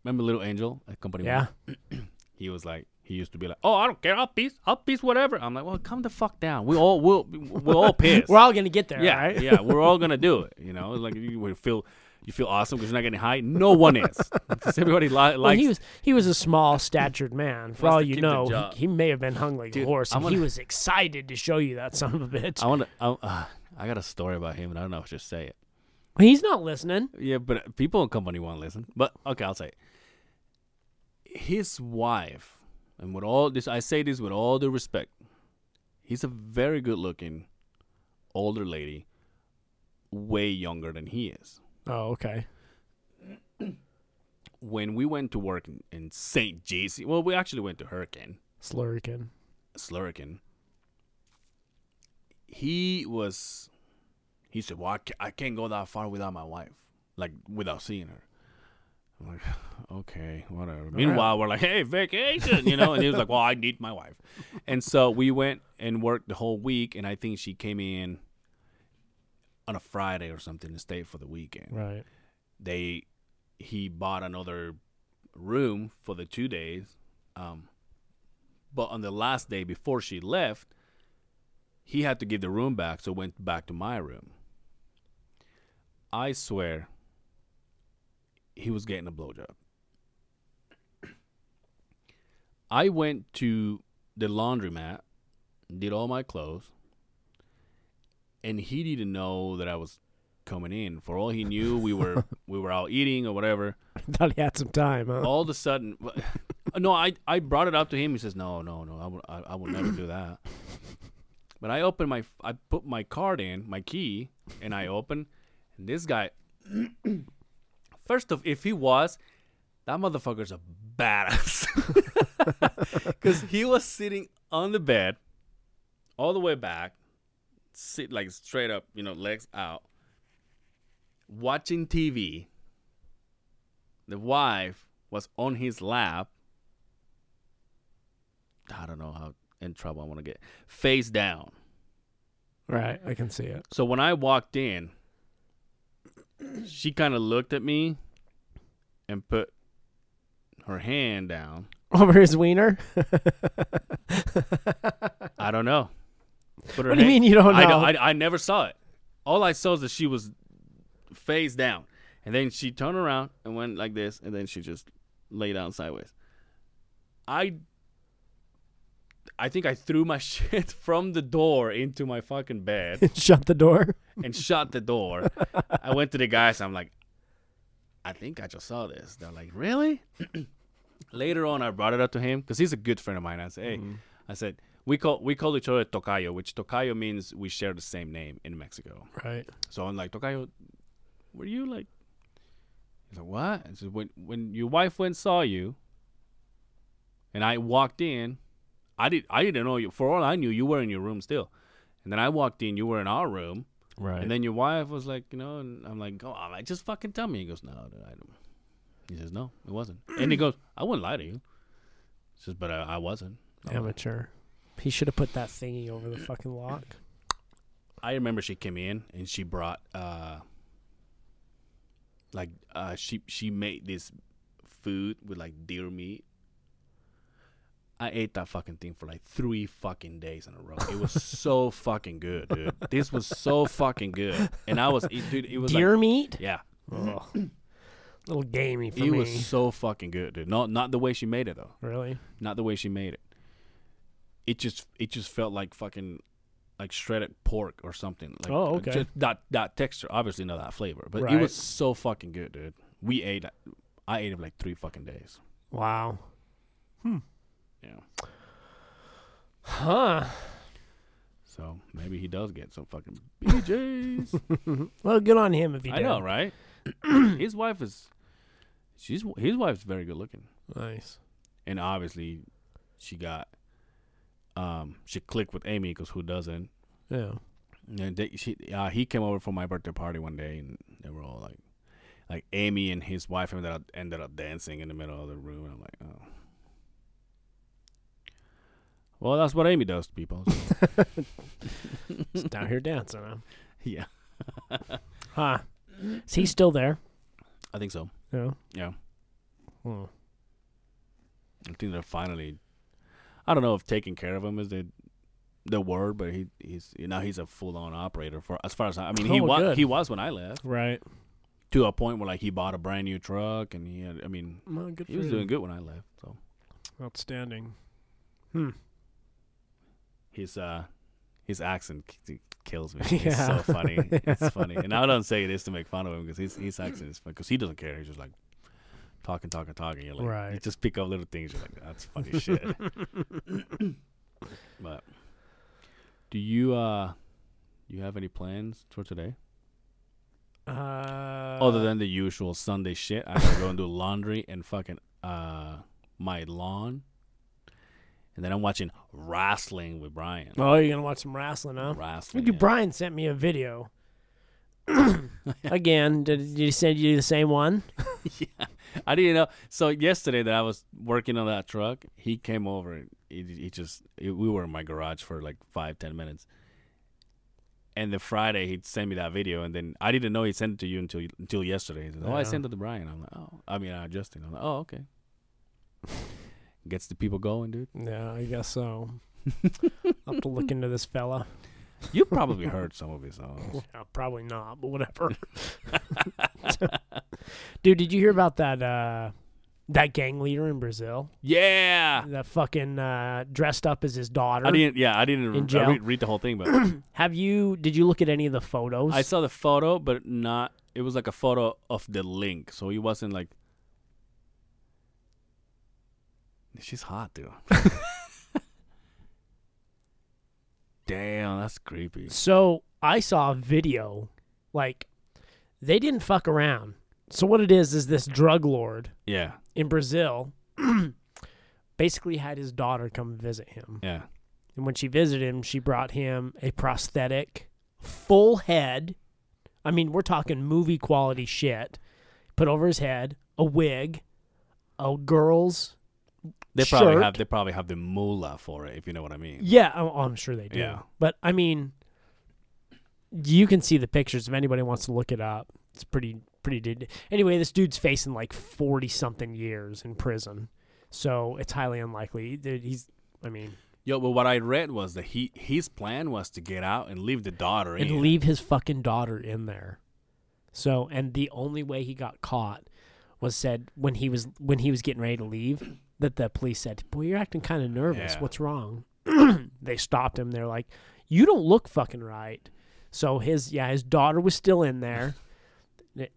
[SPEAKER 1] Remember Little Angel at Company?
[SPEAKER 2] Yeah.
[SPEAKER 1] One? He was like, he used to be like, oh, I don't care, I'll peace, I'll peace, whatever. I'm like, well, come the fuck down. We all, we'll, we're all pissed.
[SPEAKER 2] We're all gonna get there.
[SPEAKER 1] yeah,
[SPEAKER 2] right?
[SPEAKER 1] yeah, we're all gonna do it. You know, like you would feel. You feel awesome because you're not getting high. No one is. 'Cause everybody li- likes.
[SPEAKER 2] Well, he was he was a small statured man. For
[SPEAKER 1] Wants
[SPEAKER 2] all
[SPEAKER 1] to
[SPEAKER 2] you
[SPEAKER 1] keep the
[SPEAKER 2] know,
[SPEAKER 1] job.
[SPEAKER 2] he, he may have been hung like
[SPEAKER 1] Dude,
[SPEAKER 2] a horse,
[SPEAKER 1] I'm
[SPEAKER 2] and he
[SPEAKER 1] gonna-
[SPEAKER 2] was excited to show you that son of a bitch.
[SPEAKER 1] I want to. I, uh, I got a story about him, and I don't know if I should say it.
[SPEAKER 2] He's not listening.
[SPEAKER 1] Yeah, but people in company won't listen. But okay, I'll say it. His wife, and with all this, I say this with all due respect. He's a very good-looking older lady, way younger than he is.
[SPEAKER 2] Oh, okay.
[SPEAKER 1] When we went to work in, in St. JC, well, we actually went to Hurricane.
[SPEAKER 2] Slurrican.
[SPEAKER 1] Slurrican, he was, he said, "Well, I ca- I can't go that far without my wife, like without seeing her." I'm like, "Okay, whatever." Meanwhile, we're like, "Hey, vacation," you know, and he was like, "Well, I need my wife," and so we went and worked the whole week, and I think she came in on a Friday or something and stayed for the weekend
[SPEAKER 2] Right.
[SPEAKER 1] they he bought another room for the two days um but on the last day before she left he had to give the room back so went back to my room i swear he was getting a blowjob i went to the laundromat did all my clothes and he didn't know that i was coming in for all he knew we were we were out eating or whatever
[SPEAKER 2] Thought he had some time, huh?
[SPEAKER 1] all of a sudden, no, I, I brought it up to him. He says, no, no, no, I would, I, I would never do that. But I opened my, I put my card in, my key, and I open, and this guy, first of, if he was, that motherfucker's a badass. Because he was sitting on the bed, all the way back, sit like straight up, you know, legs out, watching TV the wife was on his lap. I don't know how in trouble I want to get. Face down.
[SPEAKER 2] Right. I can see it.
[SPEAKER 1] So when I walked in, she kind of looked at me and put her hand down.
[SPEAKER 2] Over his wiener.
[SPEAKER 1] I don't know. Put her
[SPEAKER 2] What do you
[SPEAKER 1] hand-
[SPEAKER 2] mean you don't
[SPEAKER 1] I,
[SPEAKER 2] know?
[SPEAKER 1] I, I never saw it. All I saw is that she was face down. And then she turned around and went like this, and then she just lay down sideways. I I think I threw my shit from the door into my fucking bed
[SPEAKER 2] Shut the door.
[SPEAKER 1] and shut the door. I went to the guys, I'm like, I think I just saw this. They're like, Really? Later on I brought it up to him because he's a good friend of mine. I said, Hey, I said, we call we call each other Tocayo, which Tocayo means we share the same name in Mexico.
[SPEAKER 2] Right.
[SPEAKER 1] So I'm like, Tocayo, were you like? He's like, what? I said, when when your wife went and saw you, and I walked in, I did I didn't know you. For all I knew, you were in your room still, and then I walked in, you were in our room,
[SPEAKER 2] Right.
[SPEAKER 1] and then your wife was like, you know, and I'm like, go on, like, just fucking tell me. He goes, no, dude, I don't. He says, no, it wasn't. and he goes, I wouldn't lie to you. He says, but I, I wasn't. I'm like,
[SPEAKER 2] Amateur. He should have put that thingy over the fucking lock.
[SPEAKER 1] I remember she came in and she brought uh like uh she she made this food with like deer meat. I ate that fucking thing for like three fucking days in a row. It was so fucking good, dude. This was so fucking good, and I was, it, dude. It was
[SPEAKER 2] Deer
[SPEAKER 1] like,
[SPEAKER 2] meat.
[SPEAKER 1] yeah.
[SPEAKER 2] Ugh. Little gamey for
[SPEAKER 1] it
[SPEAKER 2] me.
[SPEAKER 1] was so fucking good, dude. Not not the way she made it though.
[SPEAKER 2] Really?
[SPEAKER 1] Not the way she made it. It just it just felt like fucking like shredded pork or something. Like,
[SPEAKER 2] Oh, okay.
[SPEAKER 1] Just that that texture, obviously not that flavor, but it
[SPEAKER 2] Right.
[SPEAKER 1] was so fucking good, dude. We ate. I ate it for like three fucking days.
[SPEAKER 2] Wow.
[SPEAKER 1] Yeah.
[SPEAKER 2] Huh.
[SPEAKER 1] So maybe he does get some fucking BJ's.
[SPEAKER 2] Well, good on him if he did.
[SPEAKER 1] I know, right? his wife is. She's his wife's very good looking.
[SPEAKER 2] Nice.
[SPEAKER 1] and obviously she got um she clicked with Amy because who doesn't?
[SPEAKER 2] Yeah.
[SPEAKER 1] And they, she uh, he came over for my birthday party one day, and they were all like, like Amy and his wife ended up ended up dancing in the middle of the room. And I'm like, oh. Well, that's what Amy does to people. so,
[SPEAKER 2] Just down here dancing. Huh?
[SPEAKER 1] yeah,
[SPEAKER 2] Huh. Is he still there?
[SPEAKER 1] I think so.
[SPEAKER 2] No.
[SPEAKER 1] Yeah.
[SPEAKER 2] Hmm.
[SPEAKER 1] I think they're finally. I don't know if taking care of him is the the word, but he he's now he's a full on operator for as far as I, I mean he
[SPEAKER 2] Oh,
[SPEAKER 1] was
[SPEAKER 2] good.
[SPEAKER 1] he was when I left
[SPEAKER 2] Right.
[SPEAKER 1] to a point where like he bought a brand new truck and he had I mean
[SPEAKER 2] Well, good
[SPEAKER 1] he was doing good when I left so
[SPEAKER 2] Outstanding. Hmm.
[SPEAKER 1] his uh his accent k- k- kills me it's
[SPEAKER 2] Yeah.
[SPEAKER 1] so funny it's funny and I don't say this to make fun of him because his his accent is fun because he doesn't care he's just like talking talking talking you're like you
[SPEAKER 2] Right.
[SPEAKER 1] just pick up little things you're like that's funny shit But do you uh you have any plans for today?
[SPEAKER 2] Uh,
[SPEAKER 1] Other than the usual Sunday shit, I gotta go and do laundry and fucking uh my lawn. And then I'm watching wrestling with Brian.
[SPEAKER 2] Oh, you're gonna watch some wrestling, huh?
[SPEAKER 1] Wrestling.
[SPEAKER 2] Dude, Brian sent me a video. Again, did, did he send you the same one?
[SPEAKER 1] yeah. I didn't know. So yesterday that I was working on that truck, he came over and he, he just he- we were in my garage for like five ten minutes. And the Friday he sent me that video, and then I didn't know he sent it to you until until yesterday. He said, "Oh, I
[SPEAKER 2] Yeah.
[SPEAKER 1] sent it to Brian." I'm like, "Oh, I mean, uh, Justin." I'm like, "Oh, okay." Gets the people going, dude.
[SPEAKER 2] Yeah, I guess so. I'll have to look into this fella.
[SPEAKER 1] You probably heard some of his songs.
[SPEAKER 2] Yeah, probably not, but whatever. Dude, did you hear about that uh, that gang leader in Brazil?
[SPEAKER 1] Yeah,
[SPEAKER 2] That fucking uh, dressed up as his daughter.
[SPEAKER 1] I didn't. Yeah, I didn't
[SPEAKER 2] In
[SPEAKER 1] re-
[SPEAKER 2] jail.
[SPEAKER 1] read, read the whole thing, but
[SPEAKER 2] Have you? Did you look at any of the photos?
[SPEAKER 1] I saw the photo, but not. It was like a photo of the link, so he wasn't like. She's hot, dude. Damn, that's creepy.
[SPEAKER 2] So I saw a video, like they didn't fuck around. So what it is is this drug lord
[SPEAKER 1] Yeah,
[SPEAKER 2] in Brazil basically had his daughter come visit him,
[SPEAKER 1] yeah.
[SPEAKER 2] and when she visited him, she brought him a prosthetic, full head. I mean, we're talking movie quality shit. Put over his head, a wig, a girl's
[SPEAKER 1] They probably
[SPEAKER 2] Shirt.
[SPEAKER 1] have. They probably have the moolah for it, if you know what I mean.
[SPEAKER 2] Yeah, I'm, I'm sure they do.
[SPEAKER 1] Yeah.
[SPEAKER 2] But I mean, you can see the pictures if anybody wants to look it up. It's pretty pretty. Did anyway, this dude's facing like forty something years in prison, so it's highly unlikely that he's. I mean,
[SPEAKER 1] Yo, but what I read was that he his plan was to get out and leave the daughter in.
[SPEAKER 2] and leave his fucking daughter in there. So, and the only way he got caught was said when he was when he was getting ready to leave that the police said, "Boy, you're acting kind of nervous.
[SPEAKER 1] Yeah.
[SPEAKER 2] What's wrong?" they stopped him. They're like, "You don't look fucking right." So his yeah, his daughter was still in there. the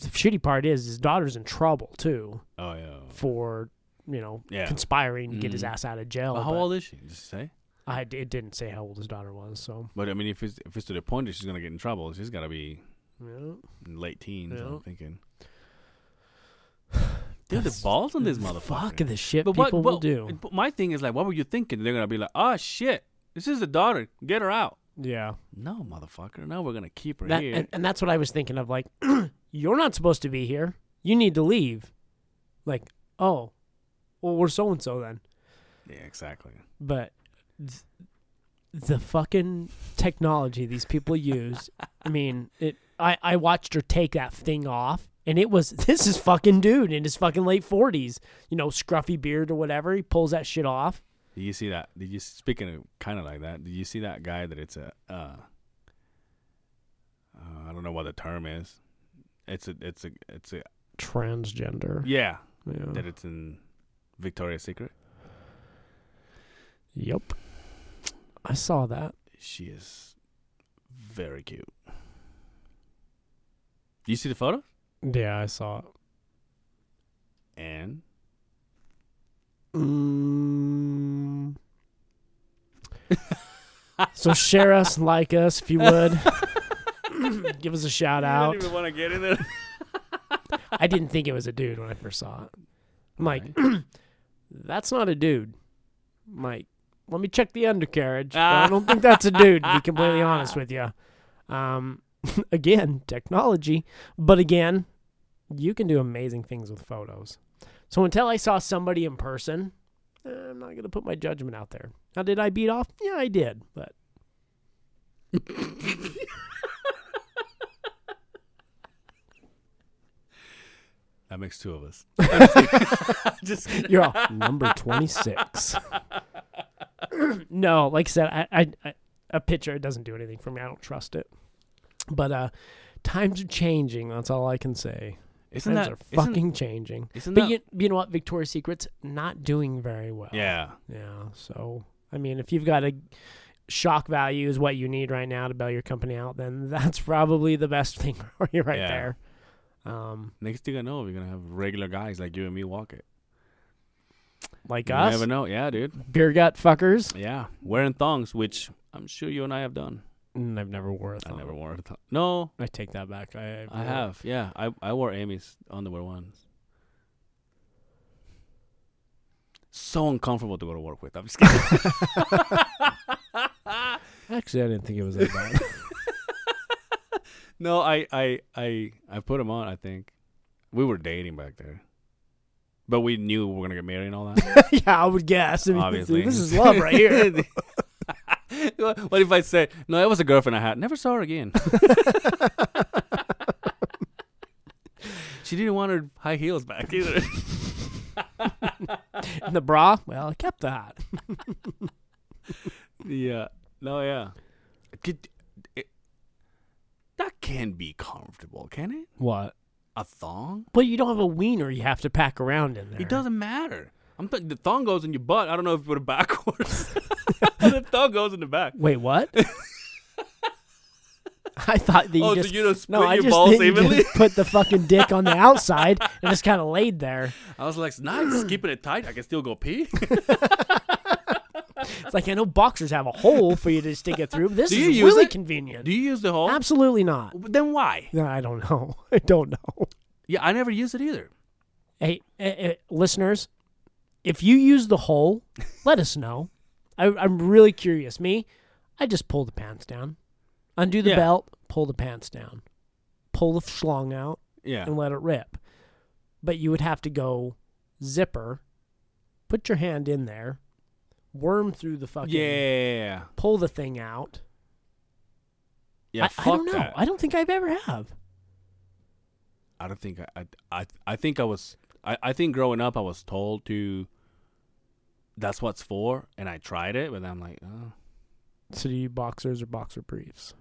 [SPEAKER 2] shitty part is his daughter's in trouble too
[SPEAKER 1] oh yeah.
[SPEAKER 2] for you know
[SPEAKER 1] Yeah.
[SPEAKER 2] conspiring to get his
[SPEAKER 1] Mhm.
[SPEAKER 2] ass out of jail.
[SPEAKER 1] Well, how
[SPEAKER 2] but
[SPEAKER 1] old is she? Does it say?
[SPEAKER 2] I it didn't say how old his daughter was. So
[SPEAKER 1] But I mean, if it's if it's to the point that she's gonna get in trouble, she's gotta be
[SPEAKER 2] yeah.
[SPEAKER 1] in late teens.
[SPEAKER 2] Yeah.
[SPEAKER 1] I'm thinking. Dude, the
[SPEAKER 2] That's-
[SPEAKER 1] balls on this
[SPEAKER 2] Fuck
[SPEAKER 1] motherfucker.
[SPEAKER 2] the shit
[SPEAKER 1] But
[SPEAKER 2] people
[SPEAKER 1] what,
[SPEAKER 2] will
[SPEAKER 1] what
[SPEAKER 2] do.
[SPEAKER 1] But my thing is like, what were you thinking? They're gonna be like, oh shit, this is the daughter. Get her out.
[SPEAKER 2] Yeah.
[SPEAKER 1] No, motherfucker. No, we're gonna keep her
[SPEAKER 2] That,
[SPEAKER 1] here.
[SPEAKER 2] and, and that's what I was thinking of. Like, you're not supposed to be here. You need to leave. Like, oh, well, we're so and so then.
[SPEAKER 1] yeah, exactly.
[SPEAKER 2] But th- the fucking technology these people use. I mean, it. I I watched her take that thing off, and it was this is fucking dude in his fucking late forties. You know, scruffy beard or whatever. He pulls that shit off.
[SPEAKER 1] Did you see that? Did you speaking of kind of like that? Did you see that guy that it's a uh, uh I don't know what the term is. It's a it's a it's a
[SPEAKER 2] Transgender.
[SPEAKER 1] yeah
[SPEAKER 2] Yeah.
[SPEAKER 1] that it's in Victoria's Secret.
[SPEAKER 2] Yep. I saw that.
[SPEAKER 1] She is very cute. Do you see the photo?
[SPEAKER 2] Yeah, I saw it.
[SPEAKER 1] And
[SPEAKER 2] Mm. so share us, like us, if you would. Give us a shout out.
[SPEAKER 1] want to get in there.
[SPEAKER 2] I didn't think it was a dude when I first saw it. I'm like, that's not a dude. I'm like, let me check the undercarriage. but I don't think that's a dude, to be completely honest with you. Um, again, technology. But again, you can do amazing things with photos. So until I saw somebody in person, eh, I'm not gonna put my judgment out there. Now, did I beat off? Yeah, I did, but
[SPEAKER 1] That makes two of us.
[SPEAKER 2] just you're all number 26 no like i said I, I, I a picture it doesn't do anything for me i don't trust it but uh times are changing that's all i can say
[SPEAKER 1] Isn't
[SPEAKER 2] times
[SPEAKER 1] that
[SPEAKER 2] are
[SPEAKER 1] isn't-
[SPEAKER 2] fucking changing
[SPEAKER 1] Isn't
[SPEAKER 2] but
[SPEAKER 1] that
[SPEAKER 2] you, you know what victoria's secret's not doing very well
[SPEAKER 1] yeah?
[SPEAKER 2] yeah so i mean if you've got a shock value is what you need right now to bail your company out then that's probably the best thing for you right
[SPEAKER 1] Yeah.
[SPEAKER 2] there um
[SPEAKER 1] Next thing I know, we're gonna have regular guys like you and me walk it.
[SPEAKER 2] like
[SPEAKER 1] You
[SPEAKER 2] us
[SPEAKER 1] never know. Yeah, dude.
[SPEAKER 2] beer gut fuckers
[SPEAKER 1] Yeah, wearing thongs, which I'm sure you and I have done.
[SPEAKER 2] Mm, I've never wore a thong.
[SPEAKER 1] I never wore a thong. No,
[SPEAKER 2] I take that back. I,
[SPEAKER 1] I have. Yeah, I I wore Amy's underwear once. So uncomfortable to go to work with. I'm just kidding.
[SPEAKER 2] Actually, I didn't think it was that bad.
[SPEAKER 1] no, I I I I put them on. I think we were dating back there, but we knew we were gonna get married and all that.
[SPEAKER 2] yeah, I would guess. I mean,
[SPEAKER 1] Obviously.
[SPEAKER 2] this is love right here.
[SPEAKER 1] what if I said no? That was a girlfriend I had. Never saw her again. she didn't want her high heels back either.
[SPEAKER 2] And the bra? Well, I kept that.
[SPEAKER 1] yeah. No. Yeah. Could- it- that can be comfortable, can it?
[SPEAKER 2] What?
[SPEAKER 1] A thong?
[SPEAKER 2] But you don't have a wiener you have to pack around in there.
[SPEAKER 1] It doesn't matter. I'm th- the thong goes in your butt. I don't know if you put it backwards. the thong goes in the back.
[SPEAKER 2] Wait, what? I thought that you
[SPEAKER 1] oh,
[SPEAKER 2] just.
[SPEAKER 1] so you don't split
[SPEAKER 2] no, I
[SPEAKER 1] your
[SPEAKER 2] just
[SPEAKER 1] balls
[SPEAKER 2] think you
[SPEAKER 1] evenly?
[SPEAKER 2] just put the fucking dick on the outside and just kind of laid there.
[SPEAKER 1] I was like, nice, keeping it tight. I can still go pee.
[SPEAKER 2] It's like I know boxers have a hole for you to stick it through. This
[SPEAKER 1] Do you
[SPEAKER 2] is
[SPEAKER 1] use
[SPEAKER 2] really
[SPEAKER 1] it?
[SPEAKER 2] convenient.
[SPEAKER 1] Do you use the hole?
[SPEAKER 2] Absolutely not.
[SPEAKER 1] Then why?
[SPEAKER 2] No, I don't know. I don't know.
[SPEAKER 1] Yeah, I never use it either.
[SPEAKER 2] Hey, eh, eh, listeners, if you use the hole, let us know. I, I'm really curious. Me, I just pull the pants down, undo the
[SPEAKER 1] Yeah.
[SPEAKER 2] belt, pull the pants down, pull the schlong out,
[SPEAKER 1] Yeah.
[SPEAKER 2] and let it rip. But you would have to go zipper, put your hand in there, worm through the fucking,
[SPEAKER 1] Yeah.
[SPEAKER 2] pull the thing out.
[SPEAKER 1] Yeah.
[SPEAKER 2] I,
[SPEAKER 1] fuck
[SPEAKER 2] I don't know.
[SPEAKER 1] that.
[SPEAKER 2] I don't think I've ever have.
[SPEAKER 1] I don't think I, I, I, I think I was, I, I think growing up I was told to. That's what's for, and I tried it, but then I'm like, oh,
[SPEAKER 2] So do you boxers or boxer briefs?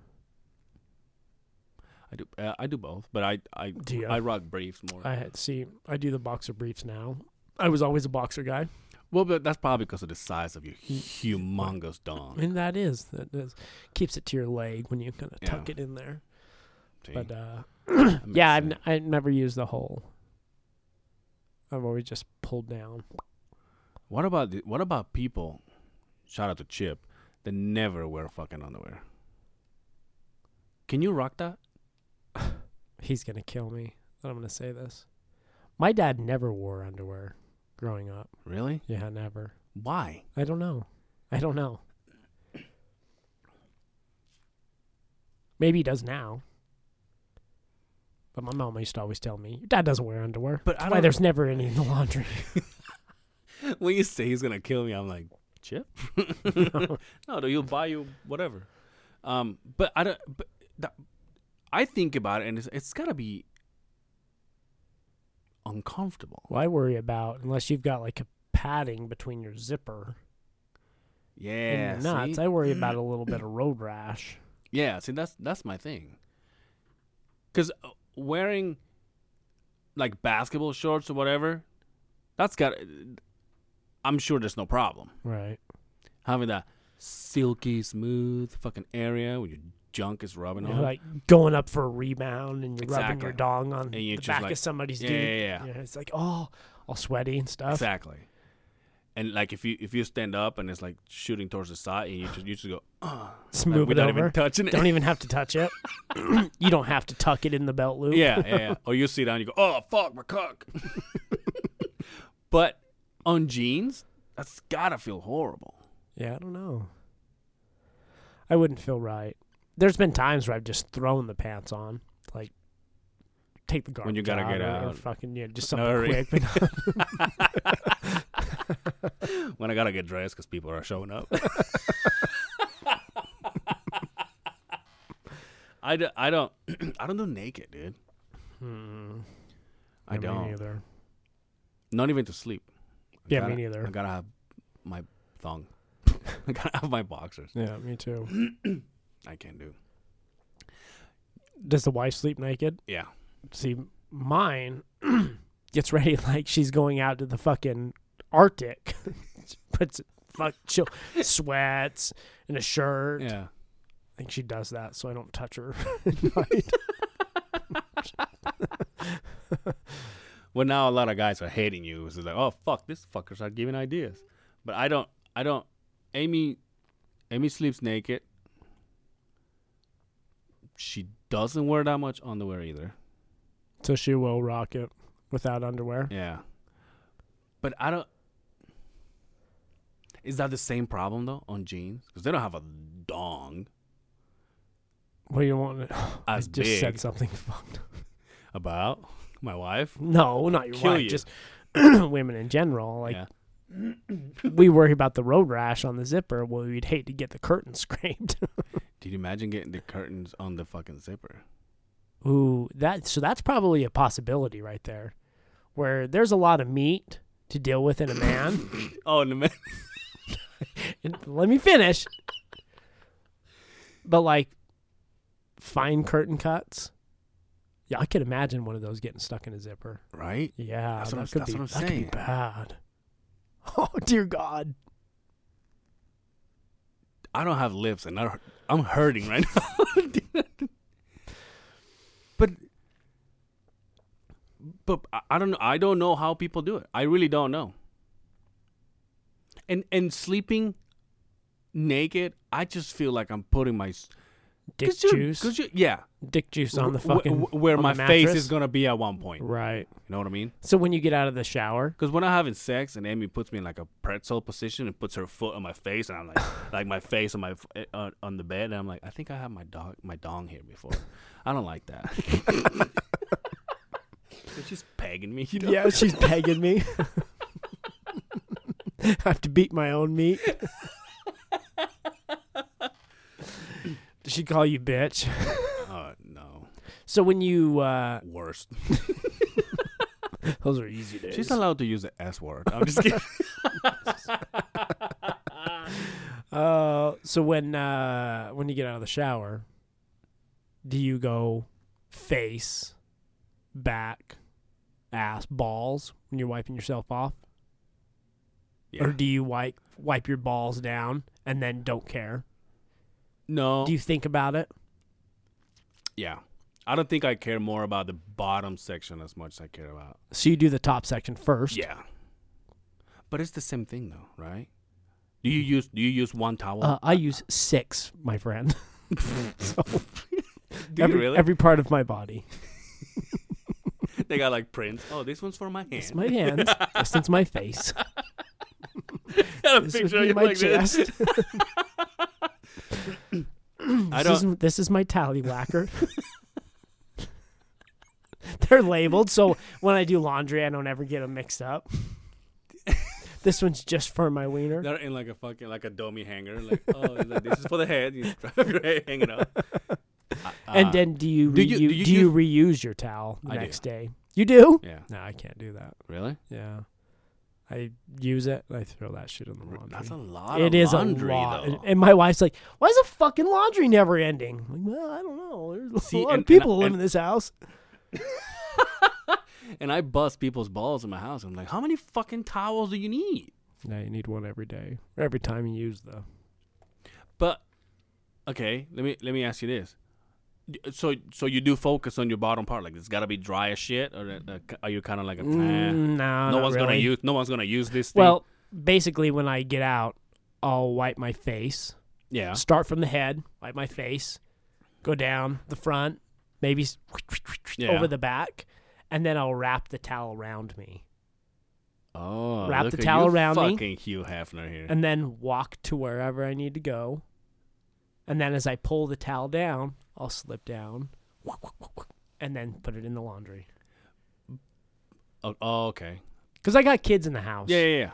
[SPEAKER 1] I do, uh, I do both, but I, I,
[SPEAKER 2] Do you?
[SPEAKER 1] I rock briefs more.
[SPEAKER 2] I had see. I do the boxer briefs now. I was always a boxer guy.
[SPEAKER 1] well, but that's probably because of the size of your humongous dong.
[SPEAKER 2] And that is that is keeps it to your leg when you kind of tuck
[SPEAKER 1] Yeah.
[SPEAKER 2] it in there.
[SPEAKER 1] See,
[SPEAKER 2] But uh,
[SPEAKER 1] that makes
[SPEAKER 2] yeah, I've
[SPEAKER 1] sense.
[SPEAKER 2] n- I never used the hole. I've always just pulled down.
[SPEAKER 1] What about the, what about people? Shout out to Chip. That never wear fucking underwear. Can you rock that?
[SPEAKER 2] He's gonna kill me. That I'm gonna say this. My dad never wore underwear growing up.
[SPEAKER 1] Really?
[SPEAKER 2] Yeah, never.
[SPEAKER 1] Why?
[SPEAKER 2] I don't know. I don't know. Maybe he does now. But my mom used to always tell me, "Your dad doesn't wear underwear."
[SPEAKER 1] But I
[SPEAKER 2] Why
[SPEAKER 1] don't.
[SPEAKER 2] there's never any in the laundry.
[SPEAKER 1] When you say he's gonna kill me, I'm like Chip. no, no, he'll buy you whatever. Um, but I don't. But that, I think about it, and it's, it's gotta be uncomfortable.
[SPEAKER 2] Well, I worry about unless you've got like a padding between your zipper
[SPEAKER 1] Yeah.
[SPEAKER 2] and your nuts.
[SPEAKER 1] see?
[SPEAKER 2] I worry about a little bit of road rash.
[SPEAKER 1] Yeah, see that's that's my thing. Cuz wearing like basketball shorts or whatever, that's got I'm sure there's no problem.
[SPEAKER 2] Right.
[SPEAKER 1] Having that silky smooth fucking area where your junk is rubbing on.
[SPEAKER 2] like going up for a rebound and you're rubbing your
[SPEAKER 1] Exactly.
[SPEAKER 2] dong on
[SPEAKER 1] And you're
[SPEAKER 2] the
[SPEAKER 1] just
[SPEAKER 2] back
[SPEAKER 1] like-
[SPEAKER 2] of somebody's
[SPEAKER 1] yeah,
[SPEAKER 2] dude.
[SPEAKER 1] yeah, yeah.
[SPEAKER 2] It's like, oh, all sweaty and stuff.
[SPEAKER 1] exactly. And like if you if you stand up and it's like shooting towards the side and you just you just go "Ugh," like,
[SPEAKER 2] Smooth it
[SPEAKER 1] without
[SPEAKER 2] over.
[SPEAKER 1] even touching it.
[SPEAKER 2] don't even have to touch it. you don't have to tuck it in the belt loop.
[SPEAKER 1] yeah, yeah, yeah. Or you sit down and you go, oh, fuck, my cock. but on jeans, that's gotta feel horrible.
[SPEAKER 2] Yeah, I don't know. I wouldn't feel right. There's been times where I've just thrown the pants on. Like, take the garbage
[SPEAKER 1] When you gotta
[SPEAKER 2] out
[SPEAKER 1] get
[SPEAKER 2] or, or
[SPEAKER 1] out.
[SPEAKER 2] fucking yeah, just
[SPEAKER 1] No
[SPEAKER 2] something
[SPEAKER 1] hurry.
[SPEAKER 2] quick. But not-
[SPEAKER 1] when I gotta get dressed because people are showing up. I, do, I don't I don't do naked, dude. I
[SPEAKER 2] mm, Yeah, me
[SPEAKER 1] don't.
[SPEAKER 2] neither.
[SPEAKER 1] Not even to sleep. I
[SPEAKER 2] Yeah,
[SPEAKER 1] gotta,
[SPEAKER 2] me neither.
[SPEAKER 1] I gotta have my thong. I gotta have my boxers.
[SPEAKER 2] Yeah, me too.
[SPEAKER 1] I can't do.
[SPEAKER 2] Does the wife sleep naked?
[SPEAKER 1] Yeah.
[SPEAKER 2] See, mine gets ready like she's going out to the fucking Arctic. Puts fuck chill sweats and a shirt.
[SPEAKER 1] Yeah.
[SPEAKER 2] I think she does that so I don't touch her.
[SPEAKER 1] Well, now a lot of guys are hating you. It's just like, oh fuck, this fuckers are giving ideas. But I don't. I don't. Amy, Amy sleeps naked. She doesn't wear that much underwear either.
[SPEAKER 2] So she will rock it without underwear.
[SPEAKER 1] Yeah. But I don't. Is that the same problem though on jeans? Because they don't have a dong
[SPEAKER 2] What do you want? I
[SPEAKER 1] as
[SPEAKER 2] just
[SPEAKER 1] big.
[SPEAKER 2] said something fucked. up.
[SPEAKER 1] about my wife.
[SPEAKER 2] No, not your
[SPEAKER 1] Kill
[SPEAKER 2] wife.
[SPEAKER 1] you.
[SPEAKER 2] Just women in general. Like
[SPEAKER 1] yeah.
[SPEAKER 2] we worry about the road rash on the zipper. Well, we'd hate to get the curtain scraped.
[SPEAKER 1] Did you imagine getting the curtains on the fucking zipper?
[SPEAKER 2] Ooh, that so that's probably a possibility right there, where there's a lot of meat to deal with in a man.
[SPEAKER 1] Oh, and the man.
[SPEAKER 2] And let me finish. But like fine curtain cuts. Yeah, I could imagine one of those getting stuck in a zipper.
[SPEAKER 1] Right.
[SPEAKER 2] Yeah,
[SPEAKER 1] That's
[SPEAKER 2] that
[SPEAKER 1] what I'm-
[SPEAKER 2] could
[SPEAKER 1] that's
[SPEAKER 2] be,
[SPEAKER 1] what I'm
[SPEAKER 2] that could be
[SPEAKER 1] saying.
[SPEAKER 2] bad. Oh dear God!
[SPEAKER 1] I don't have lips, and I- I'm hurting right now. but but I- I don't know. I don't know how people do it. I really don't know. And and sleeping naked, I just feel like I'm putting my s-
[SPEAKER 2] Dick
[SPEAKER 1] you're-
[SPEAKER 2] juice,
[SPEAKER 1] Cause you, yeah,
[SPEAKER 2] dick juice on the
[SPEAKER 1] Wh- wh-
[SPEAKER 2] fucking
[SPEAKER 1] where
[SPEAKER 2] on
[SPEAKER 1] my
[SPEAKER 2] the
[SPEAKER 1] face
[SPEAKER 2] mattress.
[SPEAKER 1] is gonna be at one point. You
[SPEAKER 2] Right.
[SPEAKER 1] know what I mean?
[SPEAKER 2] So when you get out of the shower,
[SPEAKER 1] Because when I'm having sex and Amy puts me in like a pretzel position and puts her foot on my face and I'm like, like my face on my f- eh, on, on the bed and I'm like, I think I have my dog my dong here before. I don't like that. It's just pegging me. You know?
[SPEAKER 2] yeah, she's pegging me. I have to beat my own meat. Does she call you bitch?
[SPEAKER 1] Uh, no,
[SPEAKER 2] So when you uh
[SPEAKER 1] worst.
[SPEAKER 2] those are easy days.
[SPEAKER 1] She's allowed to use the S word. I'm just kidding.
[SPEAKER 2] uh so when uh when you get out of the shower, do you go face, back, ass, balls when you're wiping yourself off?
[SPEAKER 1] Yeah.
[SPEAKER 2] Or do you wipe wipe your balls down and then don't care?
[SPEAKER 1] No.
[SPEAKER 2] Do you think about it?
[SPEAKER 1] yeah. I don't think I care more about the bottom section as much as I care about.
[SPEAKER 2] So you do the top section first.
[SPEAKER 1] Yeah. But it's the same thing though, right? Do you use do you use one towel?
[SPEAKER 2] Uh, I use six, my friend. So,
[SPEAKER 1] do
[SPEAKER 2] every,
[SPEAKER 1] you really?
[SPEAKER 2] every part of my body.
[SPEAKER 1] They got like prints. Oh, this one's for my hand.
[SPEAKER 2] It's my hands. this one's my face.
[SPEAKER 1] got a
[SPEAKER 2] This would
[SPEAKER 1] picture of
[SPEAKER 2] be
[SPEAKER 1] you
[SPEAKER 2] my
[SPEAKER 1] like
[SPEAKER 2] chest.
[SPEAKER 1] this.
[SPEAKER 2] this,
[SPEAKER 1] I
[SPEAKER 2] is,
[SPEAKER 1] don't.
[SPEAKER 2] this is my tally whacker. They're labeled, so when I do laundry, I don't ever get them mixed up. this one's just for my wiener.
[SPEAKER 1] They're in like a fucking like a dummy hanger. Like, oh, it's like, this is for the head. You have your head hanging up. Uh,
[SPEAKER 2] and then do you,
[SPEAKER 1] do
[SPEAKER 2] reu-
[SPEAKER 1] you-
[SPEAKER 2] do,
[SPEAKER 1] do you
[SPEAKER 2] you, reuse your towel the
[SPEAKER 1] I do.
[SPEAKER 2] next day? You do?
[SPEAKER 1] yeah,
[SPEAKER 2] No, I can't do that.
[SPEAKER 1] really?
[SPEAKER 2] Yeah. I use it. I throw that shit in the laundry.
[SPEAKER 1] That's a lot.
[SPEAKER 2] It
[SPEAKER 1] of
[SPEAKER 2] is
[SPEAKER 1] laundry,
[SPEAKER 2] a lot.
[SPEAKER 1] Though.
[SPEAKER 2] And- And my wife's like, "Why is the fucking laundry never ending?" I'm like, well, I don't know. There's a
[SPEAKER 1] See,
[SPEAKER 2] lot
[SPEAKER 1] and- and
[SPEAKER 2] of people
[SPEAKER 1] I-
[SPEAKER 2] living
[SPEAKER 1] and-
[SPEAKER 2] in this house.
[SPEAKER 1] and I bust people's balls in my house. I'm like, how many fucking towels do you need?
[SPEAKER 2] No, you need one every day, every time you use the.
[SPEAKER 1] But okay, let me let me ask you this. Y- So so you do focus on your bottom part, like it's got to be dry as shit, or uh, are you kind of like a? "Nah,
[SPEAKER 2] no,
[SPEAKER 1] no
[SPEAKER 2] Mm, not
[SPEAKER 1] one's gonna
[SPEAKER 2] really.
[SPEAKER 1] use. No one's gonna use this thing.
[SPEAKER 2] Well, basically, when I get out, I'll wipe my face.
[SPEAKER 1] yeah.
[SPEAKER 2] Start from the head, wipe my face, go down the front, maybe s-
[SPEAKER 1] Yeah.
[SPEAKER 2] over the back, and then I'll wrap the towel around me,
[SPEAKER 1] Oh,
[SPEAKER 2] Wrap
[SPEAKER 1] look
[SPEAKER 2] the
[SPEAKER 1] at
[SPEAKER 2] towel
[SPEAKER 1] you
[SPEAKER 2] around me.
[SPEAKER 1] fucking Hugh Hefner here.
[SPEAKER 2] and then walk to wherever I need to go. And then as I pull the towel down, I'll slip down and then put it in the laundry.
[SPEAKER 1] Oh, oh, okay.
[SPEAKER 2] Because I got kids in the house.
[SPEAKER 1] Yeah, yeah, yeah.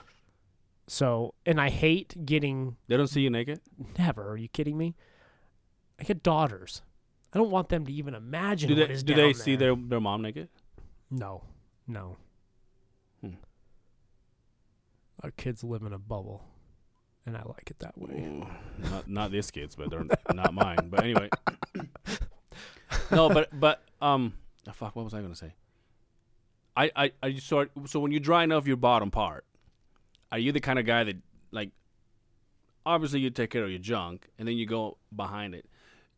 [SPEAKER 2] So, and I hate getting
[SPEAKER 1] They don't see you naked.
[SPEAKER 2] never. Are you kidding me? I got daughters. I don't want them to even imagine
[SPEAKER 1] Do they?
[SPEAKER 2] what is
[SPEAKER 1] Do
[SPEAKER 2] down
[SPEAKER 1] they see
[SPEAKER 2] there.
[SPEAKER 1] their their mom naked?
[SPEAKER 2] No, no.
[SPEAKER 1] Hmm.
[SPEAKER 2] Our kids live in a bubble, and I like it that way.
[SPEAKER 1] Ooh, not not these kids, but they're not mine. But anyway, no, but but um, ah, fuck. What was I gonna say? I I I just sort so when you're drying off your bottom part, are you the kind of guy that like? Obviously, you take care of your junk, and then you go behind it.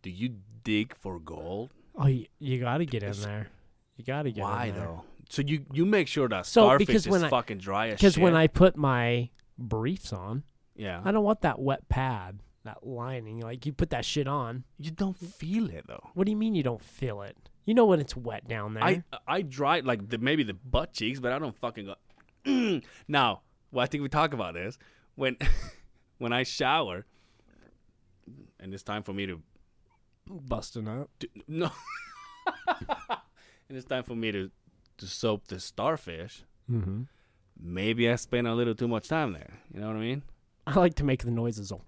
[SPEAKER 1] Do you dig for gold?
[SPEAKER 2] Oh, you, you got to get in
[SPEAKER 1] It's-
[SPEAKER 2] there. You got to get
[SPEAKER 1] Why
[SPEAKER 2] in there.
[SPEAKER 1] though? So you you make sure that
[SPEAKER 2] So,
[SPEAKER 1] starfish
[SPEAKER 2] because
[SPEAKER 1] is
[SPEAKER 2] when I-
[SPEAKER 1] fucking dry as shit.
[SPEAKER 2] Because when I put my briefs on,
[SPEAKER 1] yeah,
[SPEAKER 2] I don't want that wet pad, that lining. Like you put that shit on.
[SPEAKER 1] you don't feel it though.
[SPEAKER 2] What do you mean you don't feel it? You know when it's wet down there.
[SPEAKER 1] I I dry like the, maybe the butt cheeks, but I don't fucking go. "Mm." Now, well, I think we talk about this when when I shower, and it's time for me to,
[SPEAKER 2] busting up.
[SPEAKER 1] to no, and it's time for me to to soap the starfish.
[SPEAKER 2] Mm-hmm.
[SPEAKER 1] Maybe I spent a little too much time there. You know what I mean?
[SPEAKER 2] I like to make the noises. of-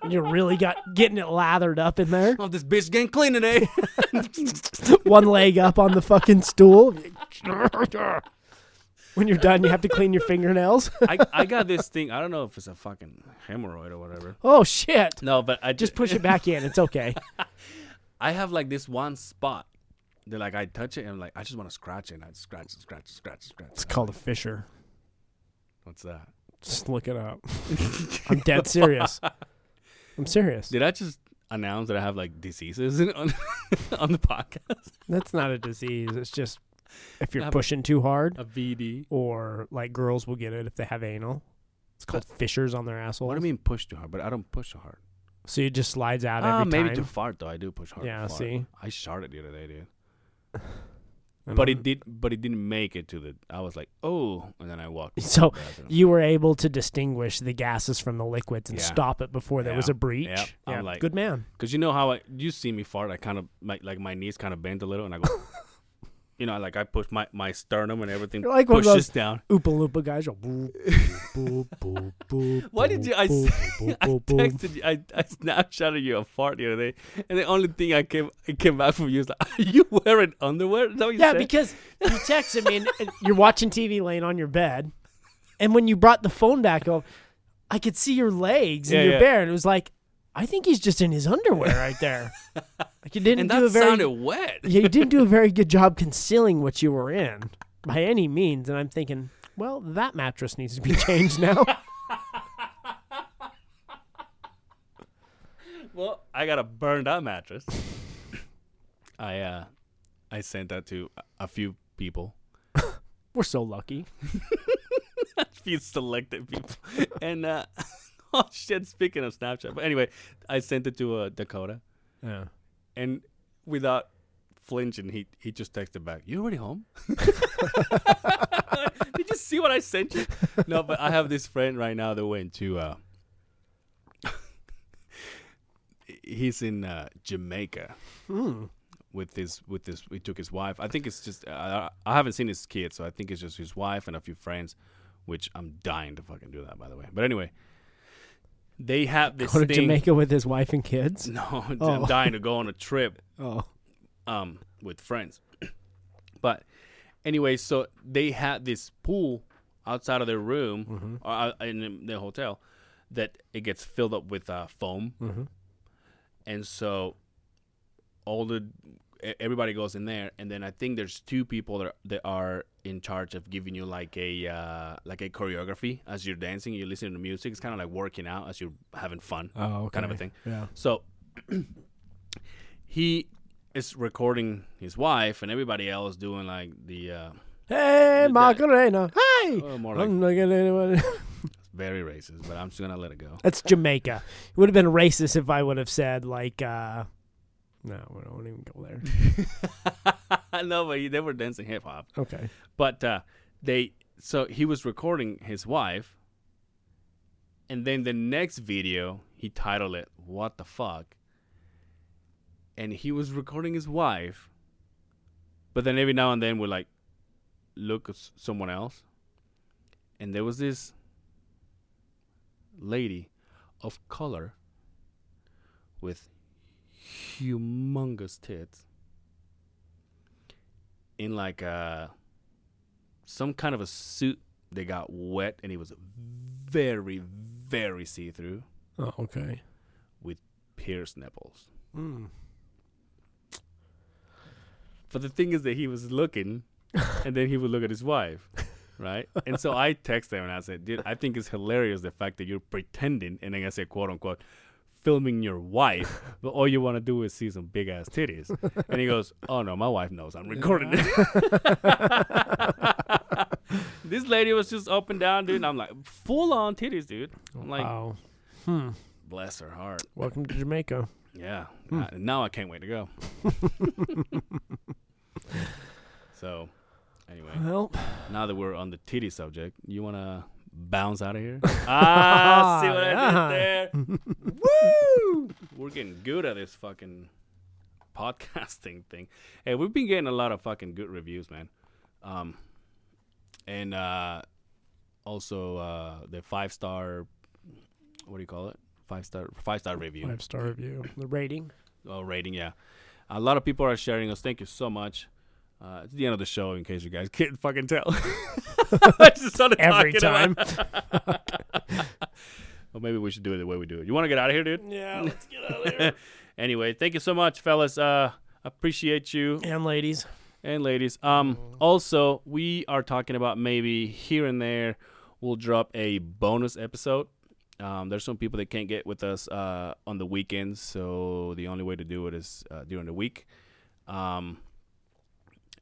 [SPEAKER 2] when you really got getting it lathered up in there.
[SPEAKER 1] Oh, this bitch getting clean today.
[SPEAKER 2] one leg up on the fucking stool. when you're done, you have to clean your fingernails.
[SPEAKER 1] I, I got this thing. I don't know if it's a fucking hemorrhoid or whatever.
[SPEAKER 2] oh shit!
[SPEAKER 1] No, but I
[SPEAKER 2] Just push it back in. It's okay.
[SPEAKER 1] I have like this one spot that like I touch it and I'm like I just want to scratch it and I scratch and scratch and scratch and scratch.
[SPEAKER 2] It's
[SPEAKER 1] and I-
[SPEAKER 2] called a Fisher.
[SPEAKER 1] What's that?
[SPEAKER 2] Just look it up. I'm dead serious. I'm serious.
[SPEAKER 1] Did I just announce that I have like diseases in, on on the podcast?
[SPEAKER 2] That's not a disease. It's just if you're
[SPEAKER 1] Yeah, but-
[SPEAKER 2] pushing too hard,
[SPEAKER 1] A VD.
[SPEAKER 2] or like girls will get it if they have anal. It's called fissures on their asshole.
[SPEAKER 1] What do you mean push too hard? But I don't push too hard.
[SPEAKER 2] So it just slides out
[SPEAKER 1] Ah,
[SPEAKER 2] every
[SPEAKER 1] maybe to
[SPEAKER 2] time.
[SPEAKER 1] fart though. I do push hard. to
[SPEAKER 2] Yeah,
[SPEAKER 1] fart.
[SPEAKER 2] see?
[SPEAKER 1] I sharted the other day, dude.
[SPEAKER 2] And
[SPEAKER 1] But
[SPEAKER 2] I'm-
[SPEAKER 1] it did. But it didn't make it to the. I was like, oh, and then I walked. to
[SPEAKER 2] So
[SPEAKER 1] the bathroom.
[SPEAKER 2] you were able to distinguish the gases from the liquids and
[SPEAKER 1] Yeah.
[SPEAKER 2] stop it before there was
[SPEAKER 1] Yeah.
[SPEAKER 2] a breach.
[SPEAKER 1] Yep. I'm like-
[SPEAKER 2] good man.
[SPEAKER 1] Cause you know how I you see me fart, I kind of my, like my knees kind of bend a little, and I go, you know, like I push my my sternum and everything
[SPEAKER 2] You're like one of
[SPEAKER 1] pushes
[SPEAKER 2] those-
[SPEAKER 1] down.
[SPEAKER 2] Oopa loopa guys. You're boop, boop, boop, boop,
[SPEAKER 1] Why did you? I,
[SPEAKER 2] boop,
[SPEAKER 1] s-
[SPEAKER 2] boop,
[SPEAKER 1] I
[SPEAKER 2] boop, boop, boop.
[SPEAKER 1] texted you. I, I snapshotted you a fart the other day, and the only thing I came I came back from you is like, "Are you wearing underwear?" Is that what you
[SPEAKER 2] Yeah,
[SPEAKER 1] said?
[SPEAKER 2] because you texted me and, and you're watching TV laying on your bed, and when you brought the phone back up, I could see your legs and
[SPEAKER 1] Yeah,
[SPEAKER 2] your
[SPEAKER 1] yeah.
[SPEAKER 2] bare, and it was like, I think he's just in his underwear right there. like you didn't
[SPEAKER 1] and
[SPEAKER 2] do
[SPEAKER 1] that
[SPEAKER 2] a very
[SPEAKER 1] sounded wet.
[SPEAKER 2] yeah, you didn't do a very good job concealing what you were in by any means. And I'm thinking, well, that mattress needs to be changed now.
[SPEAKER 1] Well, I got a burned out mattress. I uh, I sent that to a- a few people,
[SPEAKER 2] we're so lucky.
[SPEAKER 1] a few selected people, and uh, oh shit! Speaking of Snapchat, but anyway, I sent it to uh, Dakota.
[SPEAKER 2] Yeah.
[SPEAKER 1] and without flinching, he he just texted back, "You already home? Did you see what I sent you?" No, but I have this friend right now that went to. Uh, he's in uh, Jamaica
[SPEAKER 2] Hmm.
[SPEAKER 1] with his with his. He took his wife. I think it's just uh, I haven't seen his kids, so I think it's just his wife and a few friends, which I'm dying to fucking do that. By the way, but anyway. They have this
[SPEAKER 2] Go to
[SPEAKER 1] thing.
[SPEAKER 2] Jamaica with his wife and kids.
[SPEAKER 1] No,
[SPEAKER 2] Oh.
[SPEAKER 1] I'm dying to go on a trip
[SPEAKER 2] Oh.
[SPEAKER 1] um, with friends. but anyway, so they had this pool outside of their room or out- in the hotel that it gets filled up with uh, foam,
[SPEAKER 2] Mm-hmm.
[SPEAKER 1] and so all the e- everybody goes in there, and then I think there's two people that are, that are in charge of giving you like a uh, like a choreography as you're dancing, you're listening to music. It's kind of like working out as you're having fun.
[SPEAKER 2] Oh,
[SPEAKER 1] Kind of a okay. thing.
[SPEAKER 2] Yeah.
[SPEAKER 1] So he is recording his wife and everybody else doing like the uh,
[SPEAKER 2] Hey,
[SPEAKER 1] Did that-
[SPEAKER 2] Macarena. Hey.
[SPEAKER 1] well, Oh, more like
[SPEAKER 2] I'm not gonna anyone.
[SPEAKER 1] very racist, but I'm just gonna let it go.
[SPEAKER 2] That's Jamaica. It would have been racist if I would have said like, uh, no, we don't even go there.
[SPEAKER 1] no, but he- they were dancing hip hop.
[SPEAKER 2] Okay.
[SPEAKER 1] But uh, they so he was recording his wife, and then the next video he titled it "What the fuck," and he was recording his wife. But then every now and then would like look at s- someone else, and there was this lady of color with humongous tits in like uh, a some kind of a suit they got wet and it was very very see-through
[SPEAKER 2] Oh, okay.
[SPEAKER 1] pierced nipples
[SPEAKER 2] Mm.
[SPEAKER 1] But the thing is that he was looking, and then he would look at his wife, right? And so I texted him and I said, "Dude, I think it's hilarious the fact that you're pretending." And then I said, "Quote unquote." Filming your wife, but all you want to do is see some big ass titties. And he goes, Oh no, my wife knows I'm recording it. this lady was just up and down, dude. And I'm like, full on titties, dude. I'm like,
[SPEAKER 2] wow. Hmm.
[SPEAKER 1] bless her heart.
[SPEAKER 2] Welcome to Jamaica.
[SPEAKER 1] Yeah.
[SPEAKER 2] Hmm.
[SPEAKER 1] I- now I can't wait to go. so, anyway,
[SPEAKER 2] Well,
[SPEAKER 1] now that we're on the titty subject, you want to bounce out of here? ah, see what
[SPEAKER 2] Yeah.
[SPEAKER 1] I did there? Woo! We're getting good at this fucking podcasting thing. Hey, we've been getting a lot of fucking good reviews, man. Um, and uh, also uh, the five star, what do you call it? Five star, five star review.
[SPEAKER 2] five star review. The rating.
[SPEAKER 1] Oh, rating, yeah. A lot of people are sharing us. Thank you so much. Uh, it's the end of the show, in case you guys can't fucking tell. I just started
[SPEAKER 2] Every
[SPEAKER 1] talking about- well, maybe we should do it the way we do it. You want to get out of here, dude?
[SPEAKER 2] Yeah, let's get out of there.
[SPEAKER 1] Anyway, thank you so much, fellas. Uh, appreciate you
[SPEAKER 2] and ladies.
[SPEAKER 1] and ladies. Um, also, we are talking about maybe here and there we'll drop a bonus episode. Um, there's some people that can't get with us uh, on the weekends, so the only way to do it is uh, during the week. Um,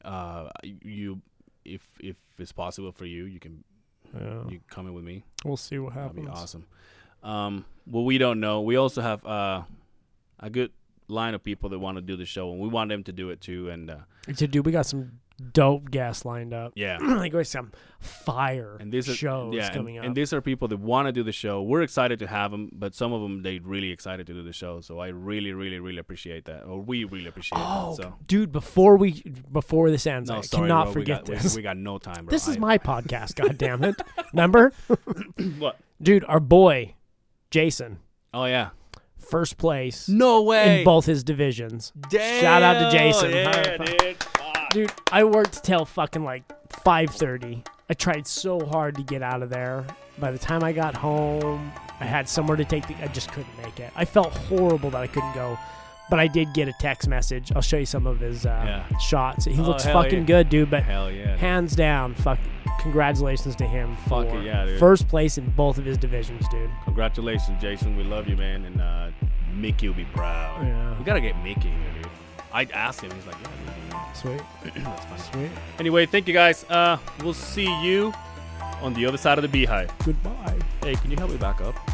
[SPEAKER 1] uh, you, if if it's possible for you, you can
[SPEAKER 2] Yeah.
[SPEAKER 1] you come in with me.
[SPEAKER 2] We'll see what
[SPEAKER 1] That'd
[SPEAKER 2] happens.
[SPEAKER 1] be awesome. Um, well, we don't know. We also have uh, a good line of people that want to do the show, and we want them to do it too. And uh,
[SPEAKER 2] So, dude, we got some dope guests lined up.
[SPEAKER 1] yeah,
[SPEAKER 2] like, we got some fire
[SPEAKER 1] and these are
[SPEAKER 2] shows
[SPEAKER 1] yeah, and-
[SPEAKER 2] coming
[SPEAKER 1] and,
[SPEAKER 2] up.
[SPEAKER 1] these are people that want to do the show. We're excited to have them, but some of them they really excited to do the show. So I really, really, really appreciate that, or we really appreciate
[SPEAKER 2] oh,
[SPEAKER 1] that. So
[SPEAKER 2] dude, before we before this ends, I
[SPEAKER 1] no, sorry,
[SPEAKER 2] cannot
[SPEAKER 1] bro,
[SPEAKER 2] forget
[SPEAKER 1] we got,
[SPEAKER 2] this.
[SPEAKER 1] We, we got no time. Bro.
[SPEAKER 2] this is
[SPEAKER 1] I-
[SPEAKER 2] my podcast, God damn it. Remember?
[SPEAKER 1] what?
[SPEAKER 2] Dude, our boy, Jason,
[SPEAKER 1] Oh yeah,
[SPEAKER 2] first place
[SPEAKER 1] no way.
[SPEAKER 2] in both his divisions. Shout out to Jason.
[SPEAKER 1] Yeah,
[SPEAKER 2] High five.
[SPEAKER 1] dude. Fuck.
[SPEAKER 2] Dude, I worked till fucking like 5:30. I tried so hard to get out of there. By the time I got home, I had somewhere to take the I just couldn't make it. I felt horrible that I couldn't go. But I did get a text message. I'll show you some of his uh,
[SPEAKER 1] Yeah.
[SPEAKER 2] shots. He
[SPEAKER 1] Oh,
[SPEAKER 2] looks
[SPEAKER 1] hell
[SPEAKER 2] fucking
[SPEAKER 1] yeah.
[SPEAKER 2] good, dude, but
[SPEAKER 1] Hell yeah. dude.
[SPEAKER 2] hands down, fuck congratulations to him
[SPEAKER 1] Fuck
[SPEAKER 2] for
[SPEAKER 1] it, yeah, dude.
[SPEAKER 2] first place in both of his divisions, dude.
[SPEAKER 1] Congratulations, Jason. We love you, man, and uh, Mickey will be proud.
[SPEAKER 2] Yeah.
[SPEAKER 1] We gotta get Mickey here, dude. I asked him. He's like, yeah,
[SPEAKER 2] Sweet.
[SPEAKER 1] dude, that's fine.
[SPEAKER 2] Sweet.
[SPEAKER 1] Anyway, thank you guys. Uh, we'll see you on the other side of the beehive.
[SPEAKER 2] Goodbye.
[SPEAKER 1] Hey, can you help me back up?